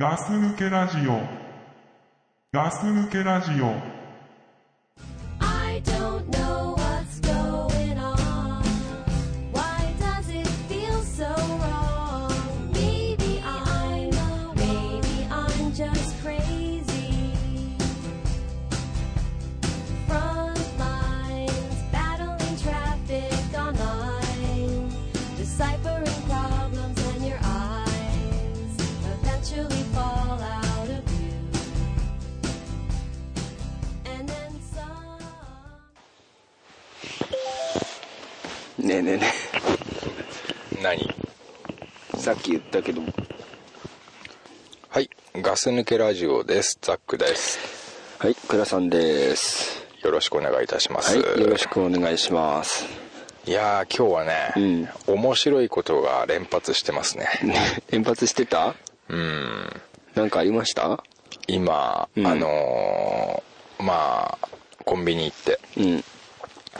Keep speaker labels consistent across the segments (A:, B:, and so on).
A: ガス抜けラジオ。ガス抜けラジオ。
B: I don't know what's going on. Why does it feel so wrong? Maybe I'm a maybe I'm just crazy. Front lines, battling traffic online, deciphering problems in your eyes, eventually fall out of view. And then some
C: ねえねえね
D: 何
C: えさっき言ったけど
D: はいガス抜けラジオですザックです
C: はい倉さんです
D: よろしくお願いいたします、
C: はいよろしくお願いします
D: いやー今日はね、面白いことが連発してますね
C: ね連発してた
D: うん
C: なんかありました
D: 今、
C: うん
D: あのーまあコンビニ行って
C: うんうん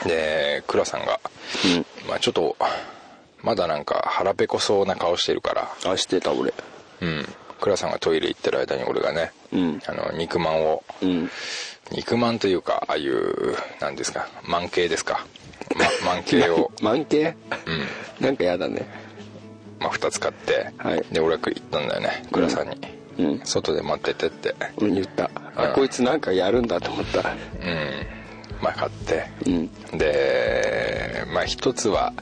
D: で倉さんが、まあ、ちょっとまだなんか腹ペコそうな顔してるから
C: あしてた俺
D: うん倉さんがトイレ行ってる間に俺がね、
C: うん
D: あの肉まんを
C: うん
D: 肉まんというかああいうなんですかまん系ですか ままん系を
C: 満形なんかやだね
D: まあ、2つ買って、
C: はい
D: で俺が行ったんだよね倉さんに、
C: うん
D: 外で待っててって
C: うん言ったあ
D: うん
C: こいつなんかやるんだと思った
D: うんまあ買って、
C: うん
D: でまあ一つは、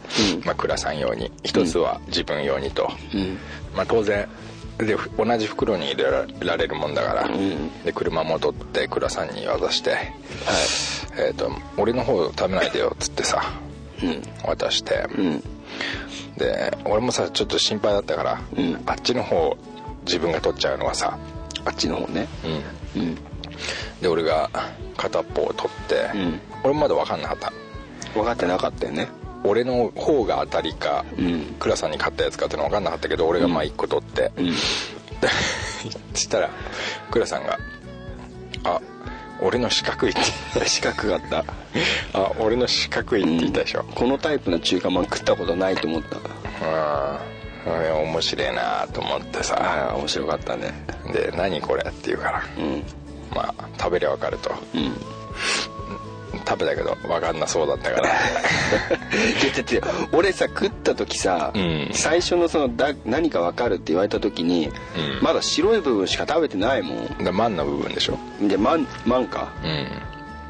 D: まあ、倉さん用に一つは自分用にと、
C: うん
D: まあ当然でふ同じ袋に入れらられるもんだから、
C: ん
D: で車も取って倉さんに渡して、えー、と俺の方食べないでよっつってさ、渡して、
C: ん
D: で俺もさちょっと心配だったから、
C: うん
D: あっちの方自分が取っちゃうのがさ、
C: あっちの方ね
D: うん
C: うん
D: で俺が片っぽを取って、
C: うん
D: 俺もまだ分かんなかった
C: 分かってなかったよね
D: 俺の方が当たりか、
C: うん
D: 倉さんに買ったやつかっての分かんなかったけど俺がまあ1個取って、
C: うん
D: したら倉さんが「あ俺の四角い」って
C: 四角かった
D: 「あ俺の四角い」って言ったでしょ、
C: このタイプの中華まん食ったことないと思った
D: うん、うん、面白いなと思って
C: ああ
D: さ
C: 面白かったね
D: で「何これ」って言うから、
C: うん
D: まあ食べりゃ分かると
C: うん
D: 食べたけど分かんなそうだったから
C: いやだって俺さ食った時さ、
D: うん
C: 最初のそのだ何か分かるって言われた時に、
D: うん
C: まだ白い部分しか食べてないも
D: でマンの部分でしょ
C: んでまんまんか
D: うん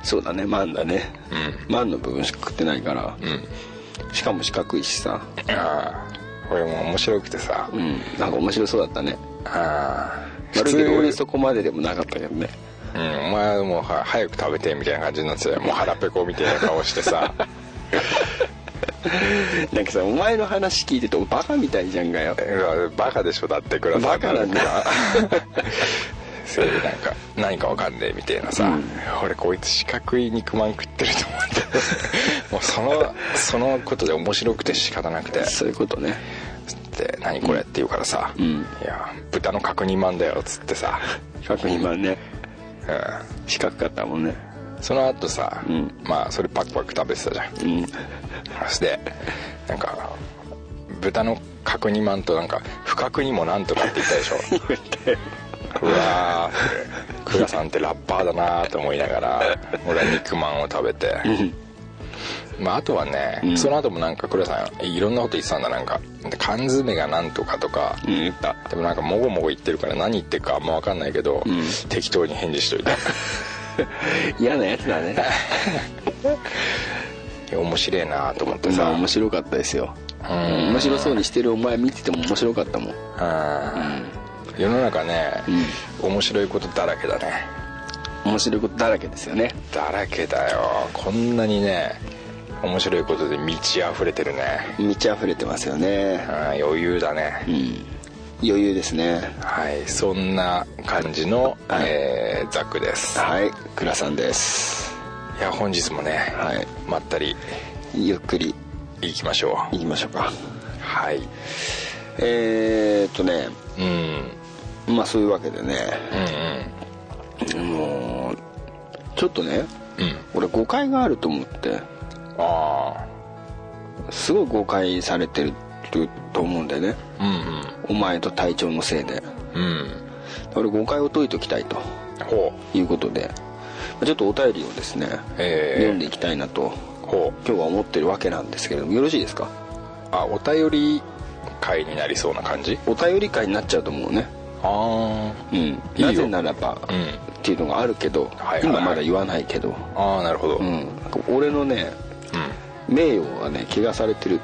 C: そうだねまんだねま、んの部分しか食ってないから、
D: うん
C: しかも四角いしさ
D: ああこれも面白くてさ、
C: うんなんか面白そうだったね
D: ああ
C: 悪いけど俺そこまででもなかったけどね
D: うん、お前はもうは早く食べてみたいな感じになってたよもう腹ペコみたいな顔し てさ
C: なんかさお前の話聞いててバカみたいじゃんがよ
D: うわバカでしょだってくら
C: バカなんだ
D: そういうなんか何かわかんねえみたいなさ、
C: うん
D: 俺こいつ四角い肉まん食ってると 思ってもうそのそのことで面白くて仕方なくて
C: そういうことね
D: で何これ?」って言うからさ「
C: ん
D: いや豚の角煮まんだよ」っつってさ、
C: 四角いまんね
D: う
C: 四角かったもんね
D: ん、その後さ、
C: うん
D: まあそれパクパク食べてたじゃん
C: うん
D: そしてなんか豚の角煮まんとなんか不覚にもなんとかって言ったで しょうわー倉さんってラッパーだなーと思いながら俺は肉まんを食べて、まあ、あとはね、
C: うん
D: その後もなんか倉さんいろんなこと言ってたんだなんか缶詰がなんとかとか、
C: うん言った
D: でもなんかもごもご言ってるから何言ってるかあんま分かんないけど、
C: ん
D: 適当に返事しとい
C: 嫌なやつだね
D: て面白えなーと思って
C: ま
D: さ
C: あ面白かったですよ
D: うん
C: 面白そうにしてるお前見てても面白かったもん
D: うん世の中ね、面白いことだらけだね
C: 面白いことだらけですよね
D: だらけだよこんなにね面白いことで満ち溢れてるね
C: 満ち溢れてますよね
D: うん余裕だね、
C: うん余裕ですね
D: はいそんな感じの、
C: はい
D: えーザックです
C: はい倉さんです
D: いや本日もね、
C: はい
D: まったり
C: ゆっくり
D: いきましょ
C: いきましょうか
D: うはい
C: えー、っとね
D: うんうん
C: まあそういうわけでねもうちょっとね
D: うんうん
C: 俺誤解があると思って
D: あ
C: すごい誤解されてると思うんだよね
D: あうん
C: お前と隊長のせいで
D: うんうん
C: 俺誤解を解いておきたいと
D: ほ
C: いうことでまあちょっとお便りをですね、
D: ええ
C: 読んでいきたいなと
D: うほう
C: 今日は思ってるわけなんですけれどもよろしいですか
D: あお便り会になりそうな感じ
C: お便り会になっちゃうと思うね
D: あ
C: うん
D: よ
C: なぜならば、
D: うん
C: っていうのがあるけど、
D: はいはい
C: 今まだ言わないけど、
D: ーあーなるほど、
C: う
D: うん、
C: ん、俺のね名誉がね汚されてる、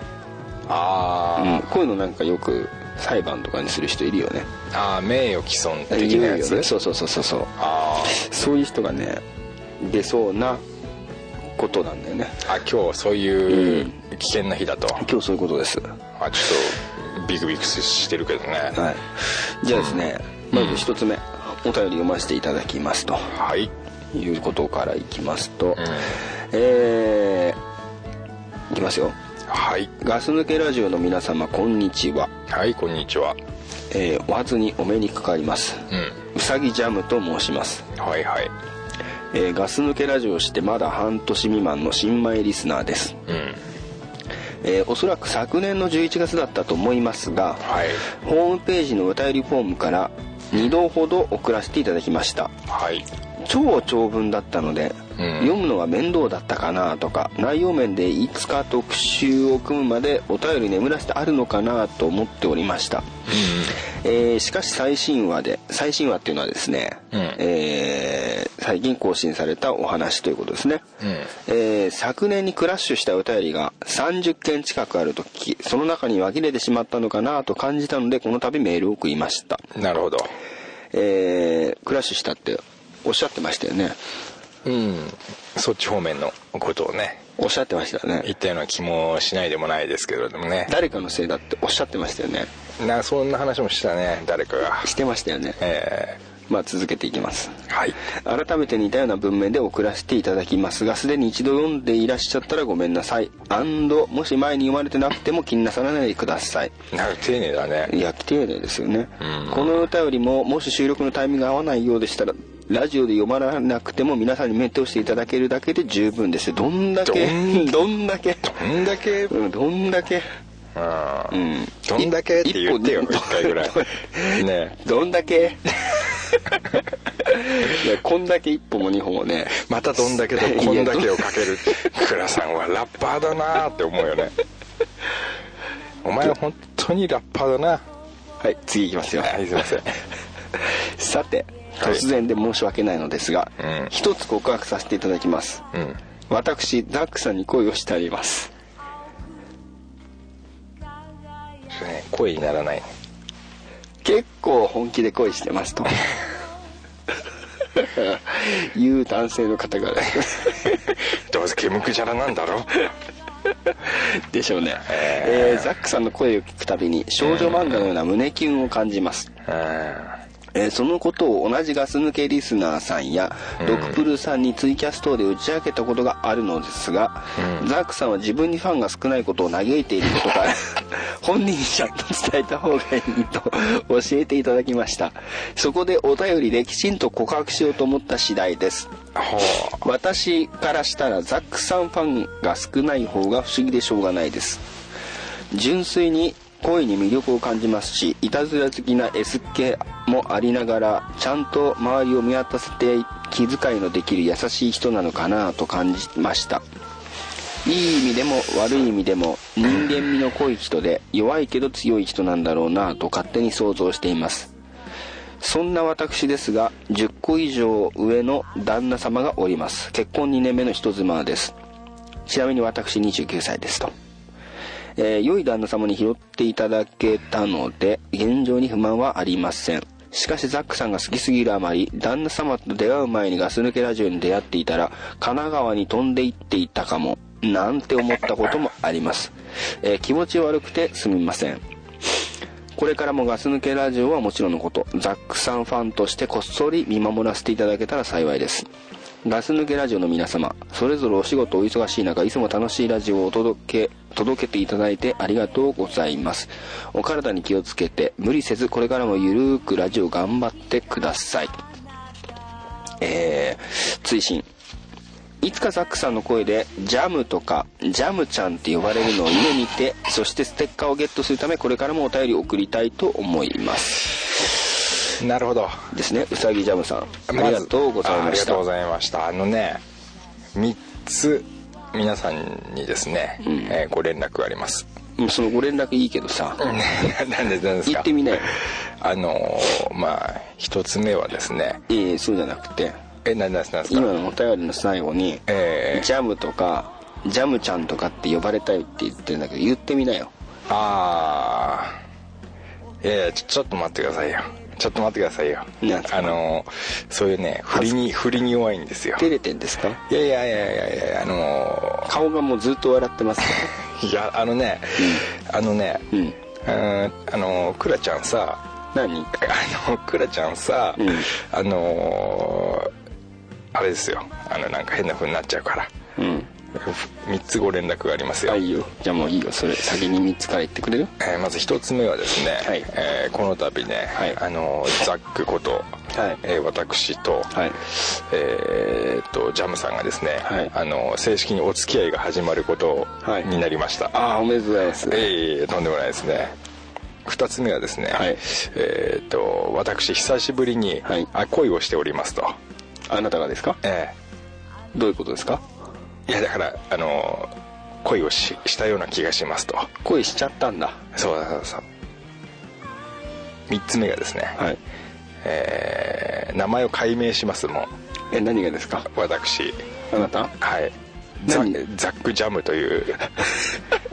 D: あ
C: うん
D: ー、
C: こういうのなんかよく裁判とかにする人いるよね
D: あー名誉毀損的なや
C: 言うよ
D: つ
C: ねそうそうそうそうそう
D: あ
C: そういう人がね出そうなことなんだよね
D: ーあ今日そういう危険な日だと、
C: 今日そういうことです
D: あちょっとビクビクしてるけどね
C: はいじゃあですね、まず一つ目お便り読ませていただきますと
D: はい
C: いうことからいきますと、
D: ん
C: えーいきますよ
D: はい
C: ガス抜けラジオの皆様こんにちは、
D: はいこんにちは
C: えーお初にお目にかかります
D: うん
C: うさぎジャムと申します、
D: はいはい
C: えーガス抜けラジオをしてまだ半年未満の新米リスナーです、
D: うん
C: えーおそらく昨年の11月だったと思いますが、
D: はい
C: ホームページのお便りフォームから2度ほど送らせていただきました
D: はい
C: 超長文だったので、
D: うん
C: 読むのが面倒だったかなとか内容面でいつか特集を組むまでお便り眠らせてあるのかなと思っておりました、えーしかし最新話で最新話っていうのはですね、
D: うん
C: えー最近更新されたお話ということですね、
D: うん
C: えー昨年にクラッシュしたお便りが30件近くあると聞きその中に紛れてしまったのかなと感じたのでこの度メールを送りました、
D: うんなるほど
C: えークラッシュしたっておっしゃってましたよね
D: うんそっち方面のことをね
C: おっしゃってました
D: 言
C: ね
D: ったような気もしないでもないですけれどもね
C: 誰かのせいだっておっしゃってましたよね
D: なそんな話もしたね誰かが
C: してましたよね
D: え
C: まあ続けていきます
D: ーはい
C: 改めて似たような文面で送らせていただきますがすでに一度読んでいらっしゃったらごめんなさい and もし前に読まれてなくても気になさらないでください
D: なんか丁寧だね
C: いや丁寧ですよね、
D: うん
C: この歌よりももし収録のタイミングが合わないようでしたらラジオで読まれなくても皆さんに目通していただけるだけで十分ですどんだけ
D: ど
C: どんだけ
D: どんだけうん
C: うんどんだけうん
D: どんだけって言ってよ
C: 一歩
D: 一回ぐら いね
C: どんだけ いやこんだけ一歩も二歩もね
D: またどんだけとこんだけをかける倉さんはラッパーだなって思うよねお前は本当にラッパーだな
C: はい次いきますよ
D: はいすいません
C: さて
D: はい
C: 突然で申し訳ないのですが、
D: うん
C: 一つ告白させていただきます、
D: うん
C: 私ザックさんに恋をしてあります
D: ちょっとね声にならない
C: 結構本気で恋してますという男性の方が
D: どうせ毛むくじゃらなんだろ
C: でしょうね、えーザックさんの声を聞くたびに少女漫画のような胸キュンを感じます、
D: う
C: えーそのことを同じガス抜けリスナーさんやドクプルさんにツイキャストで打ち明けたことがあるのですが、ザックさんは自分にファンが少ないことを嘆いていること から本人にちゃんと伝えた方がいいと教えていただきましたそこでお便りできちんと告白しようと思った次第です
D: んほ
C: 私からしたらザックさんファンが少ない方が不思議でしょうがないです純粋に恋に魅力を感じますしいたずら好きな S 系もありながらちゃんと周りを見渡せて気遣いのできる優しい人なのかなと感じましたいい意味でも悪い意味でも人間味の濃い人で弱いけど強い人なんだろうなと勝手に想像していますそんな私ですが10個以上上の旦那様がおります結婚2年目の人妻ですちなみに私29歳ですと、えー良い旦那様に拾っていただけたので現状に不満はありませんしかしザックさんが好きすぎるあまり旦那様と出会う前にガス抜けラジオに出会っていたら神奈川に飛んで行っていたかもなんて思ったこともあります、えー気持ち悪くてすみませんこれからもガス抜けラジオはもちろんのことザックさんファンとしてこっそり見守らせていただけたら幸いですガス抜けラジオの皆様それぞれお仕事お忙しい中いつも楽しいラジオをお届け届けていただいてありがとうございますお体に気をつけて無理せずこれからもゆるーくラジオ頑張ってくださいえー、追伸いつかザックさんの声で「ジャム」とか「ジャムちゃん」って呼ばれるのを夢見てそしてステッカーをゲットするためこれからもお便りを送りたいと思います
D: なるほど
C: ですねうさぎジャムさんありがとうござい
D: ああ
C: ま
D: り
C: し
D: が
C: た
D: とうございましたあのね3つ皆さんにですね、えーご連絡があります
C: うんそのご連絡いいけどさ
D: 何でなんです
C: 言
D: か
C: ってみなよ
D: あのーまあ一つ目はですね
C: えーそうじゃなくて
D: え何ですか
C: 今のお便りの最後に「
D: え
C: ジャム」とか「ジャムちゃん」とかって呼ばれたいって言ってるんだけど言ってみなよ
D: ー、ああいやいやちょちょっと待ってくださいよちょっと待ってくださいよ
C: なんですか
D: あのーそういうね振りに振りに弱いんですよ
C: 照れてんですか
D: いやいやいやいやいやいやあの
C: 顔がもうずっと笑って ますね
D: ーいやあのね、あのね、
C: う
D: うんーんあのークラちゃんさ
C: 何
D: あのクラちゃんさ、
C: うん
D: あのーあれですよあのなんか変な風になっちゃうから
C: うん
D: 3つご連絡がありますよ、
C: あいいよじゃあもういいよそれ先に3つから言ってくれる
D: えーまず1つ目はですね、
C: はい
D: えーこの度ね、
C: はい
D: あのーザックこと、
C: はい
D: えー私と、
C: はい
D: えーっとジャムさんがですね、
C: はい
D: あのー正式にお付き合いが始まること
C: はい
D: になりました、
C: ああおめでとうございます
D: ええとんでもないですね2つ目はですね、
C: はい
D: えーっと私久しぶりに、
C: はい
D: あ恋をしておりますと
C: あなたがですか
D: え
C: どういうことですか
D: えいやだからあの恋をししたような気がしますと
C: 恋しちゃったんだ
D: そうそうそう3つ目がですね、
C: はい
D: えー名前を改名しますもん
C: え何がですか
D: 私
C: あなた
D: はいザ
C: 何
D: ザックジャムという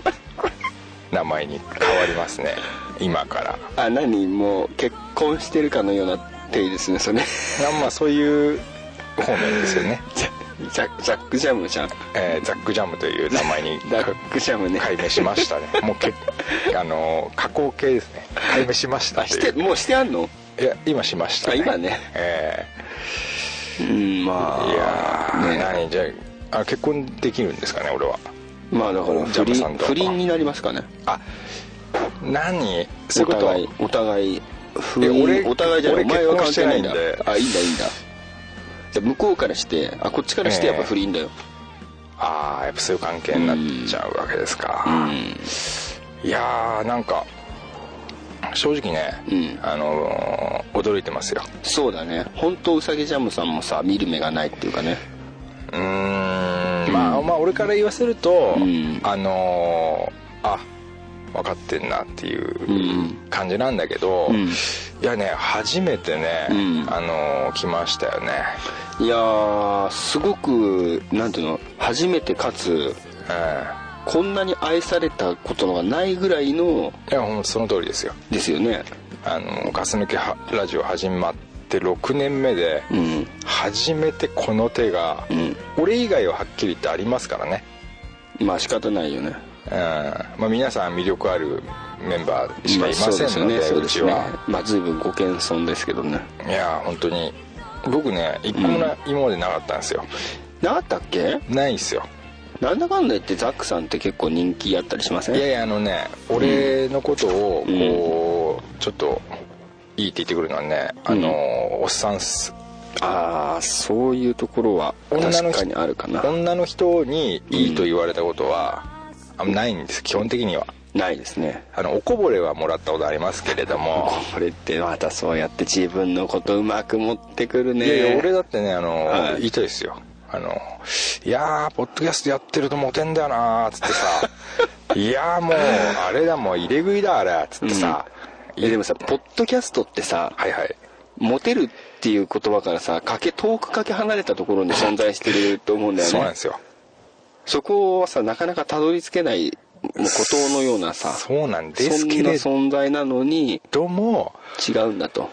D: 名前に変わりますね今から
C: あ何もう結婚してるかのような手ですねそれ
D: あまあそういう方面ですよね、
C: ジャジャジャックジャムじゃん
D: えーザック・ジャムという名前に
C: ザックジャムね
D: 改名しましたね もうけあのー加工系ですね改名しました
C: あ
D: って
C: し
D: い
C: て
D: う
C: もうしてあんの
D: いや今しました、ね、
C: あ今ね
D: え
C: うんま
D: ー
C: あ
D: いや
C: ね
D: ー、何じゃああ結婚できるんですかね俺は
C: まあだから
D: ジ
C: 不
D: ャムさん
C: 倫
D: と
C: 不倫になりますかね
D: あ何そ
C: お
D: ういうこと
C: 互いお互い不
D: え
C: 倫
D: 俺
C: お互いじゃないお
D: 俺
C: 前は関
D: 結婚して
C: 係な
D: ないい
C: ん
D: ん
C: だ
D: で
C: あいいんだいいんだじゃあ向こうからしてあこっちからしてやっぱ不倫だよ、
D: ああやっぱそういう関係になっちゃうわけですか、いやーなんか正直ね、
C: うん
D: あのー驚いてますよ
C: そうだね本当うさぎジャムさんもさ見る目がないっていうかね
D: うーんまあまあ俺から言わせると、
C: うん
D: あのーあ分かってんなってい
C: ん
D: う感じなんだけど、
C: うん
D: いやね初めてね、
C: うん
D: あのー来ましたよね
C: いやーすごくなんていうの初めてかつ
D: う
C: こんなに愛されたことがないぐらいの
D: んいやほんとその通りですよ
C: ですよね
D: あのガス抜けはラジオ始まって6年目で、
C: うん
D: 初めてこの手が、
C: ん
D: 俺以外ははっきり言ってありますからね
C: まあ仕方ないよね
D: うんまあ、皆さん魅力あるメンバーしかいま
C: あそう
D: せ
C: です
D: ん
C: よ
D: ので,、
C: ねそう
D: う
C: で
D: ち
C: すね
D: は
C: まあ随分ご謙遜ですけどね
D: いや本当に僕ね一個もな、今までなかったんですよ
C: なかったっけ
D: ないんですよ
C: なんだかんだ言ってザックさんって結構人気あったりしません
D: いやいやあのね俺のことをこう、ちょっといいって言ってくるのはねあのー、おっさんっす
C: ああそういうところは
D: 女
C: 確
D: の人
C: かにあるかな
D: 女の人にいいと言われたことは、あんまないんです基本的には
C: ないですね
D: あのおこぼれはもらったことありますけれども
C: これってまたそうやって自分のことうまく持ってくるね
D: いやいや俺だってねあの、
C: はい
D: 言いたいですよあの「いやーポッドキャストやってるとモテんだよな」っつって さ「いやーもうあれだもう入れ食いだあれ」っつってさ、
C: えでもさポッドキャストってさ
D: はいはい
C: モテるっていう言葉からさかけ遠くかけ離れたところに存在してると思うんだよ
D: そうなん
C: ね
D: ですよ
C: そこはさなかなかたどり着けないもう孤島のようなさ
D: そうなんですけれ
C: そんな存在なのに
D: ども
C: 違うんだと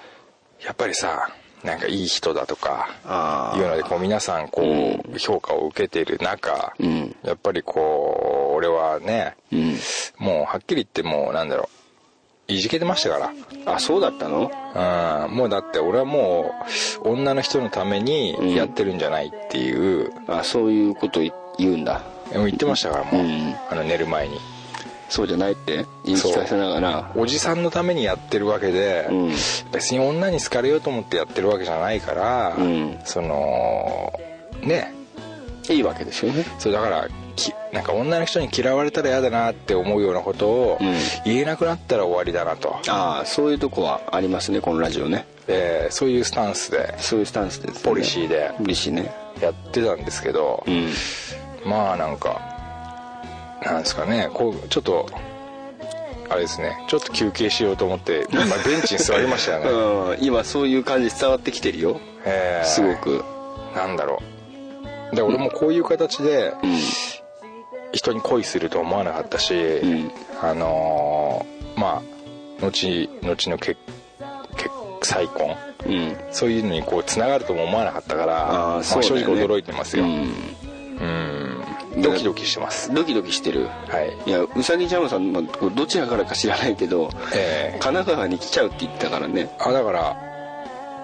D: やっぱりさなんかいい人だとか
C: あー
D: いうのでこう皆さんこう、評価を受けている中、
C: うん
D: やっぱりこう俺はね、
C: うん
D: もうはっきり言ってもうなんだろういじけてましたから
C: あそうだったの
D: あもうだって俺はもう女の人のためにやってるんじゃないっていう、
C: あそういうこと言うんだ
D: もう言ってましたからもう、
C: うん
D: あの寝る前に
C: そうじゃないって言い聞かせながら
D: おじさんのためにやってるわけで、
C: うん
D: 別に女に好かれようと思ってやってるわけじゃないから、
C: うん
D: そのね
C: いいわけですよね
D: そうだからきなんか女の人に嫌われたら嫌だなって思うようなことを
C: うん
D: 言えなくなったら終わりだなと、
C: ああそういうとこはありますねこのラジオね
D: えーそういうスタンスで
C: そういうスタンスです、ね、
D: ポリシーで
C: ポリシーね
D: やってたんですけど、
C: うん
D: まあなんかなんですかねこうちょっとあれですねちょっと休憩しようと思って今ベンチに座りましたよね、
C: うん今そういう感じ伝わってきてるよ
D: えー
C: すごく
D: なんだろうで俺もこういう形で
C: うん
D: 人に恋するとは思わなかったし、
C: ん
D: あのーまあ後後の結結再婚
C: うん
D: そういうのにこうつながるとも思わなかったからまあ
C: そう
D: 正
C: だよ
D: 直
C: ね
D: 驚いてますよ、
C: うん
D: うんドキドキしてます
C: ドキドキしてる
D: はい
C: いやうさぎジャムさんまあこれどちらからか知らないけど
D: え
C: 神奈川に来ちゃうって言ってたからね
D: ーあだから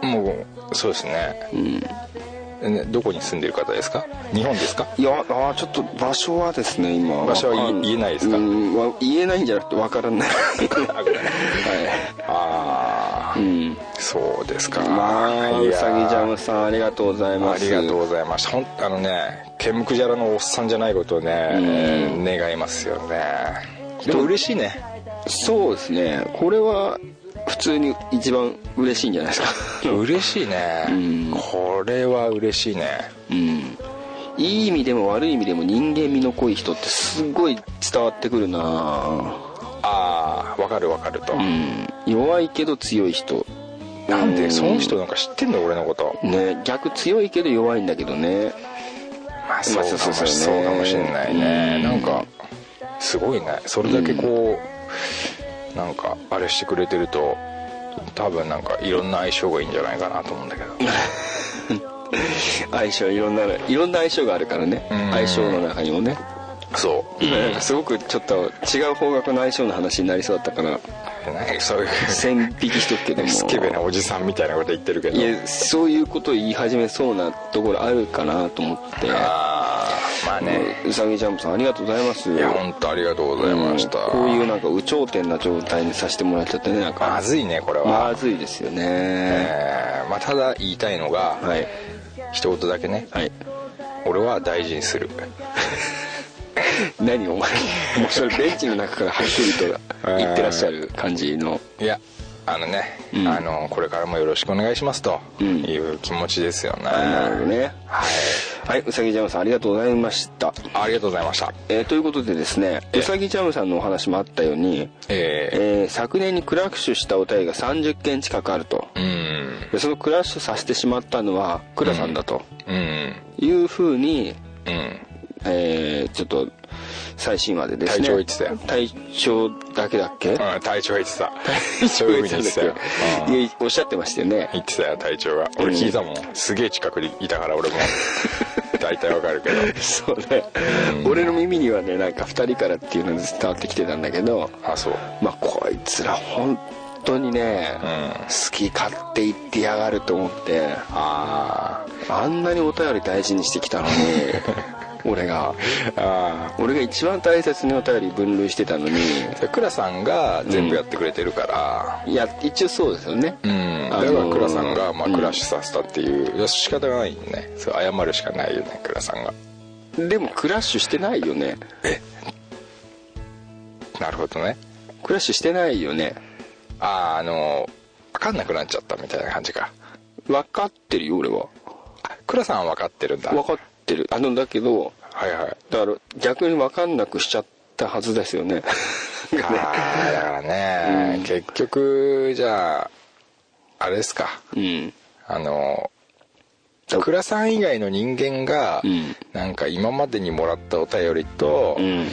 D: もうそうですね
C: うん
D: ねどこに住んでる方ですか日本です か
C: いやあーちょっと場所はですね今
D: 場所は言
C: わかん
D: 言えないですか
C: うんわ言えないんじゃなくてわからない は
D: ああ
C: い、うん、
D: そうですか
C: まあ
D: いうやー
C: さぎジャムさんありがとうござい
D: あ
C: ます
D: りがとうございましたほんあのね煙くじゃらのおっさんじゃないことをね、願いますよねでも嬉しいね
C: そうですねこれは普通に一番嬉しいんじゃないです か
D: 嬉しいね、
C: うん
D: これは嬉しいね
C: うんいい意味でも悪い意味でも人間味の濃い人ってすごい伝わってくるな
D: ああわかるわかると、
C: うん弱いけど強い人
D: なん
C: う
D: でその人なんか知ってんの俺のこと
C: ね逆強いけど弱いんだけどね
D: まあそうかも
C: そうそう
D: そうかもしれないね
C: うん
D: なんかすごいねそれだけこう、なんかあれしてくれてると多分なんかいろんな相性がいいんじゃないかなと思うんだけど
C: 相性いろんないろんな相性があるからね
D: うん
C: 相性の中にもね
D: そう
C: 今なんかすごくちょっと違う方角の相性の話になりそうだったから
D: なんかそういう
C: 線引きしとくけども
D: スケベなおじさんみたいなこと言ってるけど
C: いやそういうことを言い始めそうなところあるかなと思って
D: ああまあね
C: うさぎジャンプさんありがとうございます
D: いや本当ありがとうございました
C: うんこういうなんか有頂天な状態にさせてもらっちゃってねなんか
D: まずいねこれは
C: まずいですよね、
D: えーまあただ言いたいのが
C: はい
D: 一言だけね
C: はい
D: 俺は大事にする
C: 何お前もうそれベンチの中からはっきりと言ってらっしゃる感じの
D: いやあのね、
C: うん
D: あのこれからもよろしくお願いしますと
C: うん
D: いう気持ちですよね、
C: なるほどね
D: はい
C: はいうさぎジャムさんありがとうございました
D: ありがとうございました
C: えーということでですね
D: え
C: うさぎジャムさんのお話もあったように、
D: え
C: えー昨年にクラッシュしたお便りが30件近くあると
D: ー、うん
C: でそのクラッシュさせてしまったのはクラさんだと
D: うん
C: いうふうに、
D: うん
C: えーちょっと最新話でですね
D: 隊長言ってたよ
C: 隊長だけだっけ
D: うん隊長が言ってたそういうふうに言ってたようん
C: いやおっしゃってましたよね
D: 言ってたよ隊長が俺聞いたもん、すげえ近くにいたから俺 も大体わかるけど
C: そうね、俺の耳にはねなんか2人からっていうのが伝わってきてたんだけど
D: あそう
C: まあこいつら本当にね、
D: う
C: 好
D: ん
C: き勝手言ってやがると思って
D: あ
C: あんなにお便り大事にしてき たのに俺が
D: ーあ
C: 俺が一番大切にお便り分類してたのに
D: ー倉さんが全部やってくれてるから
C: いや一応そうですよね、
D: うん、だから倉さんが、まあ、
C: うん
D: クラッシュさせたっていう、いや仕方がないよねそれ謝るしかないよね倉さんが
C: でもクラッシュしてないよね
D: なるほどね
C: クラッシュしてないよね
D: あああの分かんなくなっちゃったみたいな感じか
C: 分かってるよ俺は
D: あ倉さんは分かってるんだ
C: 分かってるあのだけど
D: はいはい
C: だから逆に分かんなくしちゃったはずですよ ね
D: あーだからね、結局じゃああれですか
C: うん
D: あの
C: だ
D: 倉さん以外の人間が、
C: うん
D: なんか今までにもらったお便りと、
C: うん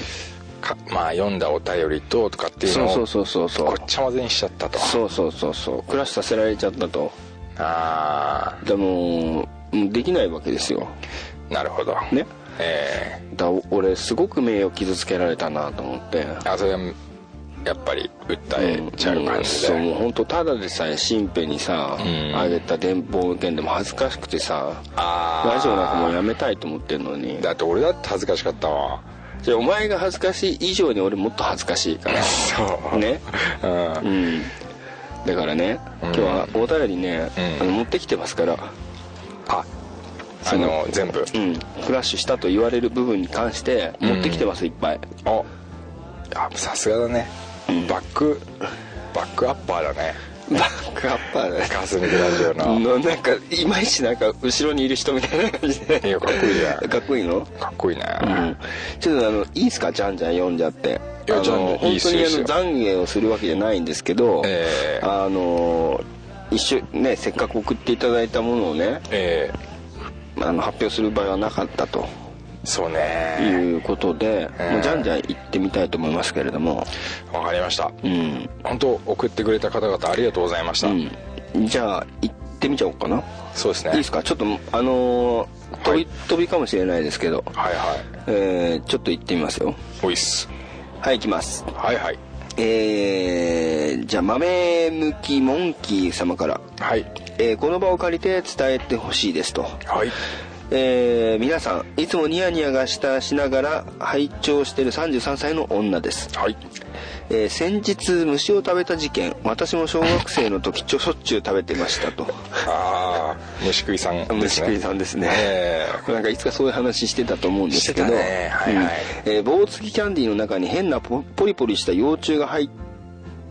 D: かまあ読んだお便りととかっていう
C: そう
D: の
C: そ
D: を
C: うそうそうそ
D: ご
C: う
D: っちゃ混ぜにしちゃったと
C: そうそうそうそうクラッシュさせられちゃったと
D: あ
C: でももうできないわけですよ
D: あなるほど
C: ね
D: ええ
C: だ俺すごく名誉傷つけられたなと思って
D: あそれはやっぱり訴えちゃう感じ
C: うんそうもう
D: で
C: 本当ただでさえ身辺にさ、
D: ん
C: あげた電報受験でも恥ずかしくてさ
D: あー
C: ラジオなんかもうやめたいと思ってんのに
D: だって俺だって恥ずかしかったわ
C: じゃあお前が恥ずかしい以上に俺もっと恥ずかしいから
D: そ う
C: ね
D: うん
C: うんだからね今日はお便りね、
D: うん
C: あの持ってきてますから
D: ああの全部
C: うんクラッシュしたと言われる部分に関して持ってきてます、いっぱい
D: おあさすがだねバックバックアッパーだね
C: バックアッパーだ
D: ガス抜けラジオの
C: のなんかいまいちなんか後ろにいる人みたいな感じで
D: いやかっこいいじゃん
C: かっこいいの
D: かっこいいね、
C: うんちょっとあのいいですかじゃんじゃん読んじゃって
D: いや
C: あの
D: じゃんじゃん
C: 本当
D: いい
C: に
D: っすよいいっすよ
C: あの懺悔をするわけじゃないんですけど、
D: ええ
C: あの一緒ねせっかく送っていただいたものをね
D: え
C: あの発表する場合はなかったと
D: ーそう
C: い
D: ね
C: うことで、
D: え
C: もうじゃんじゃん行ってみたいと思いますけれども
D: わかりました
C: うん、
D: 本当送ってくれた方々ありがとうございました、
C: うん、じゃあ行ってみちゃおうかな、
D: そうですね
C: いいですかちょっとあのー飛び、飛びかもしれないですけど、
D: はいは
C: えーちょっと行ってみますよ
D: いおいっす
C: はい行きます
D: はいはい
C: えーじゃあ豆向きモンキー様から、
D: はい
C: えーこの場を借りて伝えてほしいですと、
D: はい
C: えー皆さんいつもニヤニヤがしたしながら拝聴している33歳の女です、
D: はい
C: えー先日虫を食べた事件私も小学生の時ちょしょっちゅう食べてましたと
D: ああ虫食いさんですね
C: 虫食いさんですね
D: え
C: なんかいつかそういう話してたと思うんですけど、
D: してたねはいはい
C: うんえー棒付きキャンディーの中に変なポポリポリした幼虫が入っ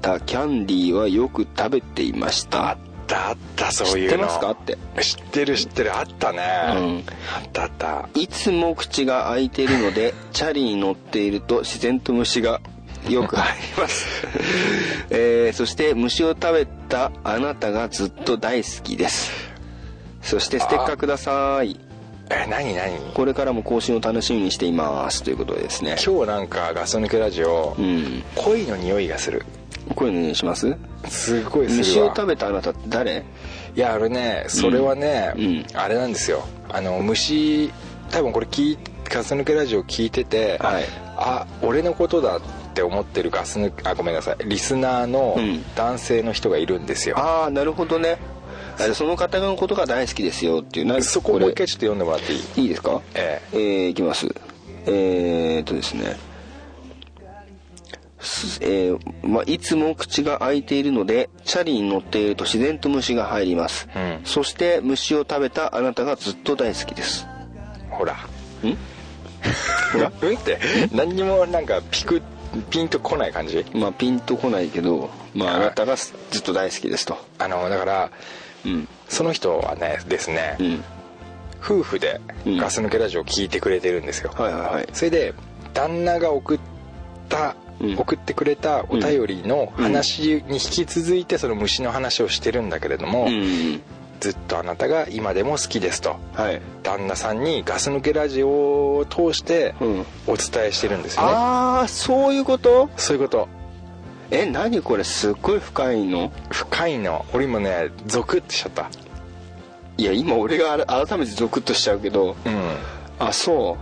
C: たキャンディーはよく食べていました
D: ーだったそういうの
C: 知ってますかって
D: 知ってる知ってるあったね、
C: うん
D: あったあった
C: いつも口が開いているのでチャリに乗っていると自然と虫がよく入り ます、えーそして虫を食べたあなたがずっと大好きですそしてステッカーください
D: え何何
C: これからも更新を楽しみにしていますということでですね
D: 今日なんかガス抜けラジオ、
C: うん
D: 恋の匂いがする
C: こういうのにします
D: すごいするわ
C: 虫を食べたあなたって誰
D: いやあれねそれはね、
C: うん
D: あれなんですよあの虫多分これ聞いガス抜けラジオ聞いてて、
C: はい
D: あ俺のことだって思ってるガス抜けあごめんなさいリスナーの
C: うん
D: 男性の人がいるんですよ、
C: ああなるほどねあれその方のことが大好きですよっていうなんか
D: そこをもう一
C: れ
D: 回ちょっと読んでもらっていい
C: いいですか
D: え
C: えーいきますえー、っとですねすえーまあ、いつも口が開いているのでチャリに乗っていると自然と虫が入ります、
D: うん
C: そして虫を食べたあなたがずっと大好きです
D: ほ ら
C: ん
D: うんって何にもなんかピクピンとこない感じ
C: まあピンとこないけど、まあ、あ
D: はい
C: なたがずっと大好きですと
D: あのだから
C: うん
D: その人はねですね、
C: うん
D: 夫婦で
C: うん
D: ガス抜けラジオ聞いてくれてるんですよ、
C: はいはいはい
D: それで旦那が送った、
C: うん
D: 送ってくれたお便りの話に引き続いてその虫の話をしてるんだけれども、
C: うん
D: ずっとあなたが今でも好きですと
C: はい
D: 旦那さんにガス抜けラジオを通して
C: うん
D: お伝えしてるんですよね、
C: ああそういうこと
D: そういうこと
C: え何これすっごい深いの
D: 深いの俺今ねゾクってしちゃった
C: いや今俺が改改めてゾクッとしちゃうけど
D: うん
C: あそ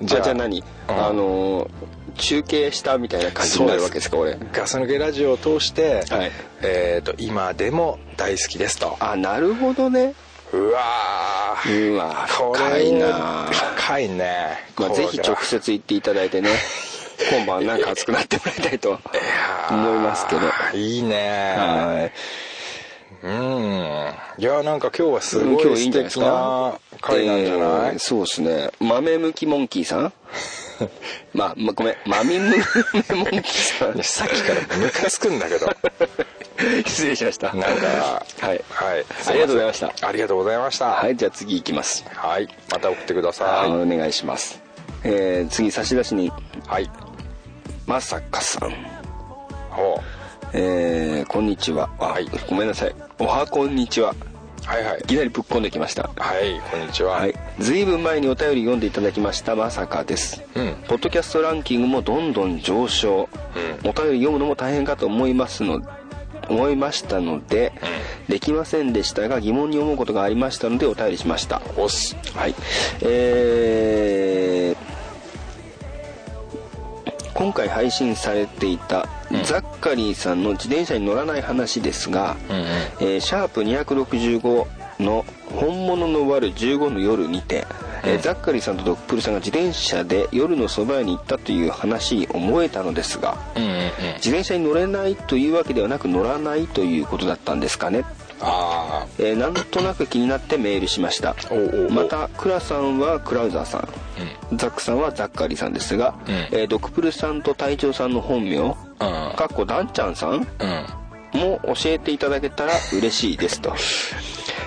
C: う
D: じ
C: じ
D: ゃ
C: ゃ
D: あ
C: あじゃあ何、あのー中継したみたいな感じになるわけですか俺
D: ガス抜けラジオを通して、
C: はい
D: えー、と今でも大好きですと
C: あなるほどね
D: うわー
C: うわ
D: これ
C: 深いな
D: 深いね
C: まあ、
D: これ
C: ぜ
D: は
C: ひ直接言っていただいてね今晩なんか熱くなってもらいたいと思いますけど
D: あーいいね
C: はい
D: うんいやなんか今日はす
C: うん
D: ご
C: 今
D: い
C: 日いいん
D: 素
C: じゃないです
D: 敵な
C: か
D: 回なんじゃない、
C: えーそうですね豆むきモンキーさ んまあ、まごめん豆むきモンキーさん
D: さっきからムカつくんだ けど
C: 失礼しました
D: なんか
C: はい
D: はい、
C: ありがとうございました
D: ありがとうございました
C: はいじゃあ次行きます
D: はいまた送ってくだ
C: は
D: さ
C: い
D: い
C: お願いします、えー、次差出人
D: はい
C: まさかさん
D: ほ
C: えー、こんにちはあ、
D: はい
C: ごめんなさいおはこんにちは
D: うはいはい
C: いきなりぶっこんできました
D: はいこんにちは、
C: はい、ずいぶん前にお便り読んでいただきましたまさかです、
D: うん
C: ポッドキャストランキングもどんどん上昇、お便り読むのも大変かと思いますの思いましたので、できませんでしたが疑問に思うことがありましたのでお便りしました
D: おっす
C: はいえー今回配信されていたザッカリーさんの自転車に乗らない話ですが、
D: うんうん
C: えーシャープ265の「本物の割る15の夜」にて、えーザッカリーさんとドッグプルさんが自転車で夜のそば屋に行ったという話に思えたのですが
D: うんうんうん
C: 自転車に乗れないというわけではなく乗らないということだったんですかね
D: あ
C: えーなんとなく気になってメールしました
D: おうおうおう
C: またクラさんはクラウザーさん、ザックさんはザッカリさんですが、
D: うん
C: えードクプルさんと隊長さんの本名
D: あ
C: かっこダンちゃんさん
D: うんうん
C: も教えていただけたら嬉しいです と、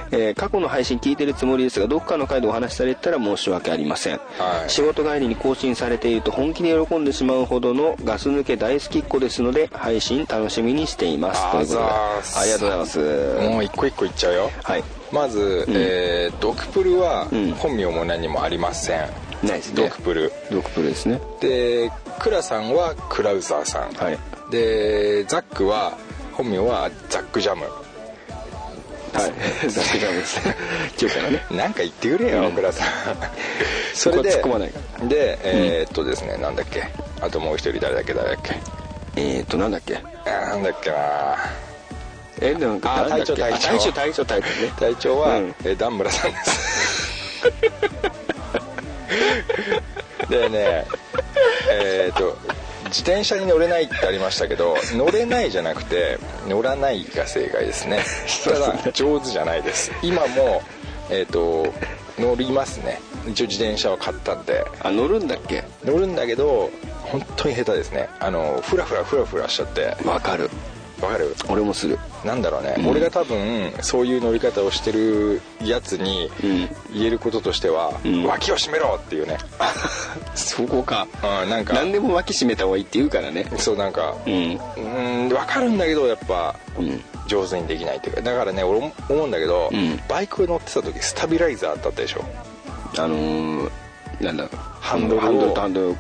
C: えー過去の配信聞いてるつもりですがどっかの回でお話しされてたら申し訳ありません、
D: はい
C: 仕事帰りに更新されていると本気で喜んでしまうほどのガス抜け大好きっ子ですので配信楽しみにしています
D: あ
C: ということで
D: ざーす
C: ありがとうございます
D: もう一個一個いっちゃうよ
C: はい
D: まず、えードクプルは
C: うん
D: 本名も何もありません、
C: ないです
D: ド
C: ね
D: クプル
C: ドクプルですね
D: でクラさんはクラウザーさん、
C: はい
D: でザックは本名はザックジャム
C: はいザックジャムですね今日からね
D: なんか言ってくれよ、ク ラさんそれで
C: そこは突っ込まないか
D: でえーっとですね、なんだっけあともう一人誰だっけ誰だっけ
C: えっ、ー、となんだっけ
D: あーなんだっけな
C: えー、でもなんか
D: あ
C: なんだっけ
D: 隊長
C: あ隊長隊長隊長ね
D: 隊長は、
C: うん
D: えーダンブラさんです でねえーっと自転車に乗れないってありましたけど乗れないじゃなくて乗らないが正解ですねただ上手じゃないです今もえーっと乗りますね一応自転車は買ったんで
C: あ乗るんだっけ
D: 乗るんだけど本当に下手ですねあのフラフラフラフラしちゃって
C: わかる
D: わかる
C: 俺もする
D: なんだろうね、
C: うん
D: 俺が多分そういう乗り方をしてるやつに
C: うん
D: 言えることとしては、
C: うん
D: 脇を締めろっていうね、
C: そこか
D: うん、なんか
C: 何でも脇締めた方がいいって言うからね
D: そうなんか
C: うん
D: うん分かるんだけどやっぱ
C: うん
D: 上手にできないっていうかだからね俺も思うんだけど、
C: うん
D: バイク乗ってた時スタビライザーだったでしょ
C: あのー、なんだハ
D: ンドルを
C: ハンドルとハンドルを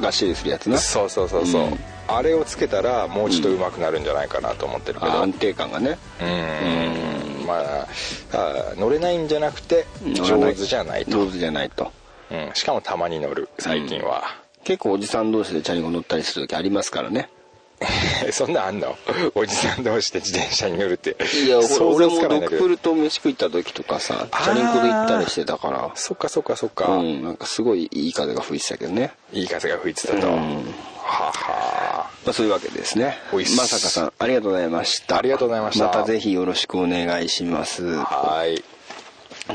C: がっしりするやつな
D: そうそうそうそう、
C: うん
D: あれをつけたらもうちょっと上手くなるんじゃないかなと思ってるけど、
C: あ安定感がね
D: うんまああ乗れないんじゃなくて上手じゃないと、
C: 上手じゃないと
D: うん、しかもたまに乗る最近は、
C: 結構おじさん同士でチャリンコ乗ったりする時ありますからね
D: そんなんあんのおじさん同士で自転車に乗るって
C: いや俺も
D: ない
C: ド
D: んだけ
C: ク
D: ど
C: プルと飯食いった時とかさチャリンコで行ったりしてたから
D: そっかそっかそっか、
C: うんなんかすごいいい風が吹いてたけどね
D: いい風が吹いてたと、
C: うん
D: はあは
C: まあ、そういうわけですね
D: おいっす
C: まさかさんありがとうございました
D: ありがとうございました
C: またぜひよろしくお願いします
D: あはい